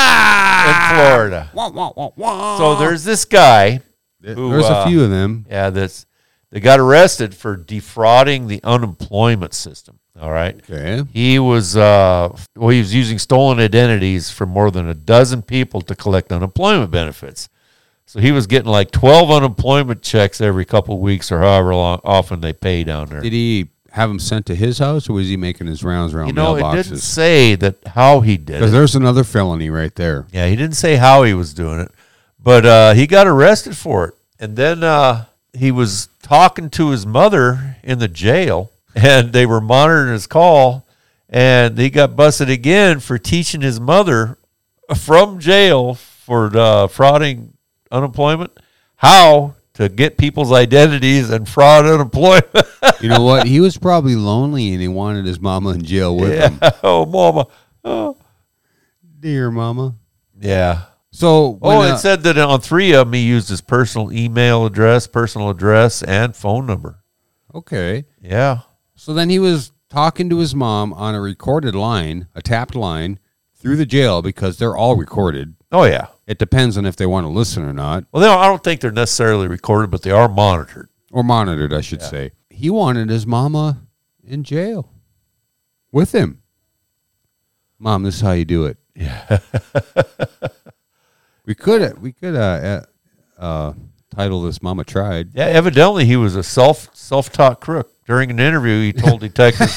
S1: Ah.
S2: Florida.
S1: Wah, wah, wah, wah.
S2: So there's this guy. who,
S1: There's
S2: uh,
S1: a few of them.
S2: Yeah, that's they got arrested for defrauding the unemployment system. All right.
S1: Okay.
S2: He was uh, well. He was using stolen identities for more than a dozen people to collect unemployment benefits. So he was getting like twelve unemployment checks every couple of weeks, or however long often they pay down there.
S1: Did he have them sent to his house, or was he making his rounds around
S2: you know, it didn't
S1: mailboxes?
S2: say that how he did
S1: Because
S2: it.
S1: there's another felony right
S2: <laughs>
S1: there.
S2: Yeah, he didn't say how he was doing it, but uh, he got arrested for it. And then uh, he was talking to his mother in the jail, and they were monitoring his call. And he got busted again for teaching his mother from jail for uh, frauding unemployment how to get people's identities and fraud unemployment. <laughs>
S1: You know what? He was probably lonely, and he wanted his mama in jail with him.
S2: oh, mama. Oh.
S1: Dear mama.
S2: Yeah.
S1: So when,
S2: Oh,
S1: uh,
S2: it said that on three of them, he used his personal email address, personal address, and phone number.
S1: okay.
S2: Yeah.
S1: So then he was talking to his mom on a recorded line, a tapped line, through the jail because they're all recorded.
S2: Oh, yeah.
S1: It depends on if they want to listen or not.
S2: Well, they don't, I don't think they're necessarily recorded, but they are monitored.
S1: or monitored, I should say. He wanted his mama in jail with him. Mom, this is how you do it. Yeah. <laughs> we could we could uh, uh, uh, title this "Mama Tried."
S2: Yeah. Evidently, he was a self self taught crook. During an interview,
S1: <laughs>
S2: he told detectives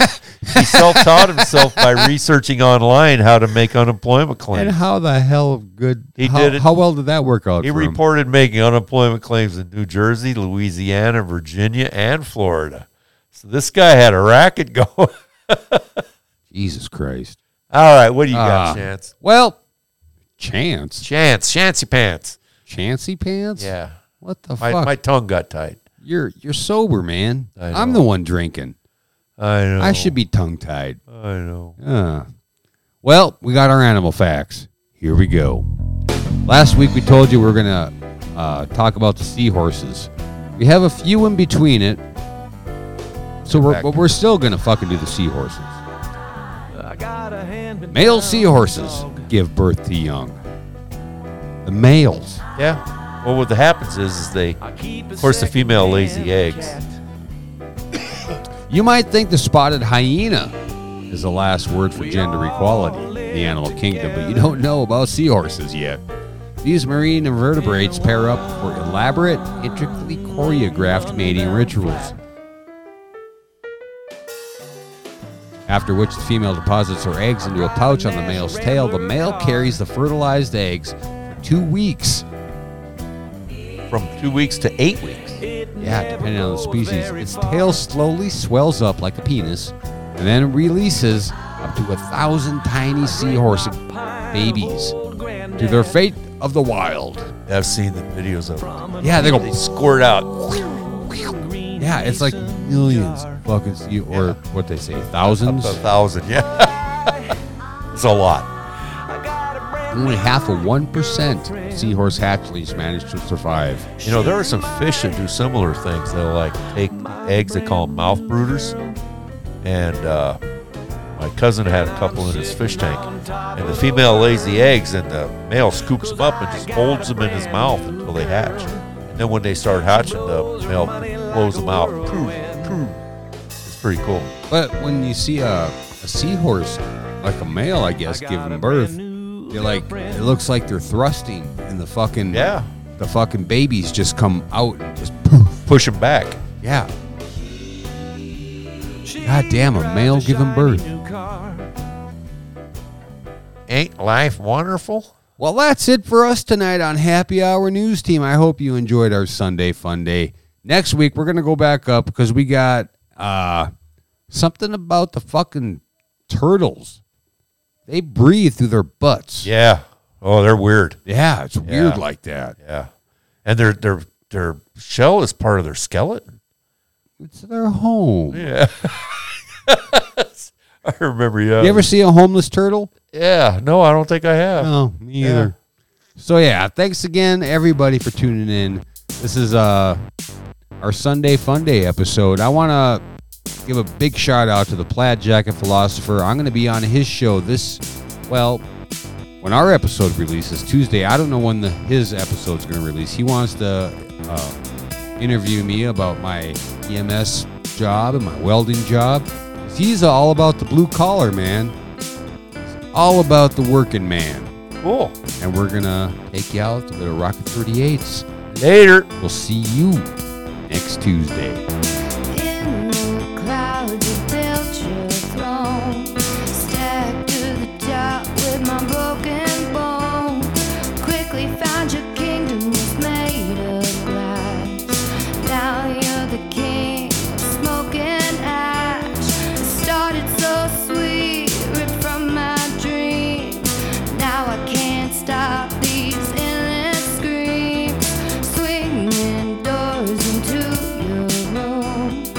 S2: he self taught himself by researching online how to make unemployment
S1: And
S2: claims.
S1: how the hell good
S2: He
S1: how,
S2: did it-
S1: How well did that work out?
S2: He
S1: for him?
S2: reported making unemployment claims in New Jersey, Louisiana, Virginia, and Florida. So this guy had a racket <laughs> going. All
S1: Jesus Christ.
S2: right, what do you
S1: Ah.
S2: got, Chance?
S1: Well, chance,
S2: Chance, Chancy Pants.
S1: chancy pants.
S2: Yeah.
S1: What the
S2: My,
S1: fuck?
S2: my tongue got tight.
S1: you're you're sober, man.
S2: I
S1: I'm
S2: know.
S1: the one drinking.
S2: I know.
S1: I should be tongue tied.
S2: I know.
S1: Uh, well, we got our animal facts. Here we go. Last week we told you we were going to uh, talk about the seahorses. We have a few in between it, so we're, but we're still going to fucking do the seahorses. Male seahorses give birth to young. The males.
S2: Yeah. Well, what happens is, is they, of course, the female lays the eggs,
S1: You might think the spotted hyena is the last word for gender equality in the animal kingdom, but you don't know about seahorses yet. These marine invertebrates pair up for elaborate, intricately choreographed mating rituals. After which the female deposits her eggs into a pouch on the male's tail, the male carries the fertilized eggs for two weeks.
S2: From two weeks to eight weeks.
S1: Yeah, depending on the species. Its tail slowly swells up like a penis and then releases up to a thousand tiny seahorse babies to their fate of the wild.
S2: I've seen the videos of them.
S1: Yeah, they
S2: They
S1: go.
S2: squirt out
S1: Yeah, it's like millions of fucking sea- or what they say,
S2: up
S1: thousands.
S2: to a thousand. <laughs> Yeah. it's a lot.
S1: Only half of one percent of seahorse hatchlings manage to survive.
S2: You know, there are some fish that do similar things. They'll like take eggs, they call them mouth brooders. And uh, my cousin had a couple in his fish tank. And the female lays the eggs, and the male scoops them up and just holds them in his mouth until they hatch. And then when they start hatching, the male blows them out. It's pretty cool.
S1: But when you see a, a seahorse, like a male, I guess, giving birth, they like it looks like they're thrusting, and the fucking
S2: Yeah.
S1: the fucking babies just come out and just poof.
S2: Push them back.
S1: Yeah. God damn, a male giving birth.
S2: Ain't life wonderful?
S1: Well, that's it for us tonight on Happy Hour News Team. I hope you enjoyed our Sunday fun day. Next week we're gonna go back up because we got uh something about the fucking turtles. They breathe through their butts.
S2: Yeah. Oh, they're weird.
S1: Yeah, it's weird
S2: Yeah.
S1: like that.
S2: Yeah. And their their their shell is part of their skeleton.
S1: It's their home.
S2: I remember. Yeah.
S1: You ever see a homeless turtle?
S2: yeah. No, I don't think I have.
S1: No, me either. So yeah, thanks again everybody for tuning in. This is uh our Sunday Fun Day episode. I want to give a big shout out to the Plaid Jacket Philosopher. I'm going to be on his show this well, when our episode releases Tuesday. I don't know when the his episode's going to release. He wants to uh, interview me about my EMS job and my welding job. He's all about the blue collar man. He's all about the working man
S2: Cool.
S1: and we're gonna take you out to the Rocket 38s.
S2: Later.
S1: We'll see you next Tuesday.
S8: In the clouds, you built your throne. Stacked to the top with my broken bone. Quickly found your kingdom was made of glass. Now you're the king of smoke and ash. Started so sweet, ripped from my dreams. Now I can't stop these endless screams. Swinging doors into your room.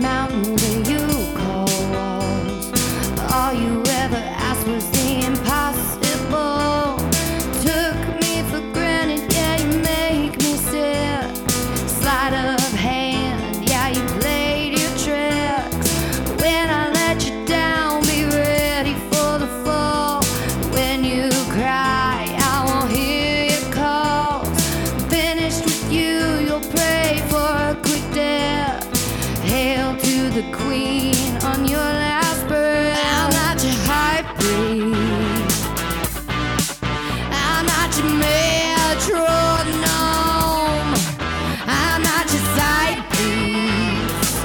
S8: mountain that you call walls. All you ever asked was the impossible. Took me for granted, yeah, you make me sick. Sleight of hand, yeah, you played your tricks. When I let you down, be ready for the fall. When you cry, I won't hear your calls. Finished with you, you'll pray for a quick death. Hail to the queen on your last breath. I'm not your hype priest. I'm not your metronome. I'm not your side piece.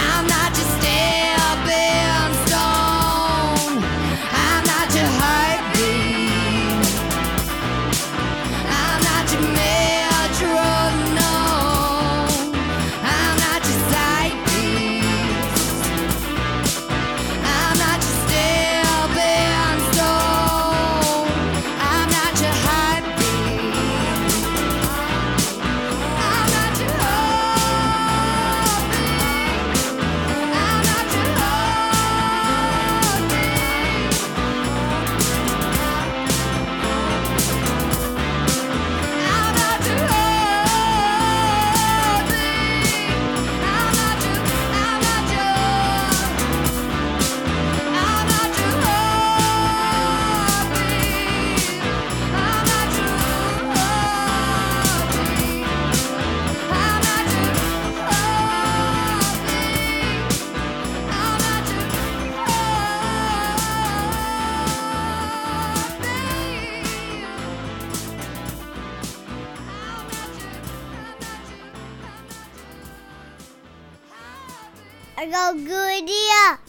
S8: I'm not your stepping stone. I'm not your heartbeat. I'm not your metronome. I'm not your side piece. I'm not your stepping stone. I'm not your heartbeat. I'm not your heartbeat. I'm not your heartbeat. I'm not your heartbeat. I'm not your. I'm not your. I'm not your heartbeat. I'm not your heartbeat. I'm not your heartbeat. I'm not your heartbeat. I'm not you, I'm not you, I'm not you.
S9: I go good, yeah.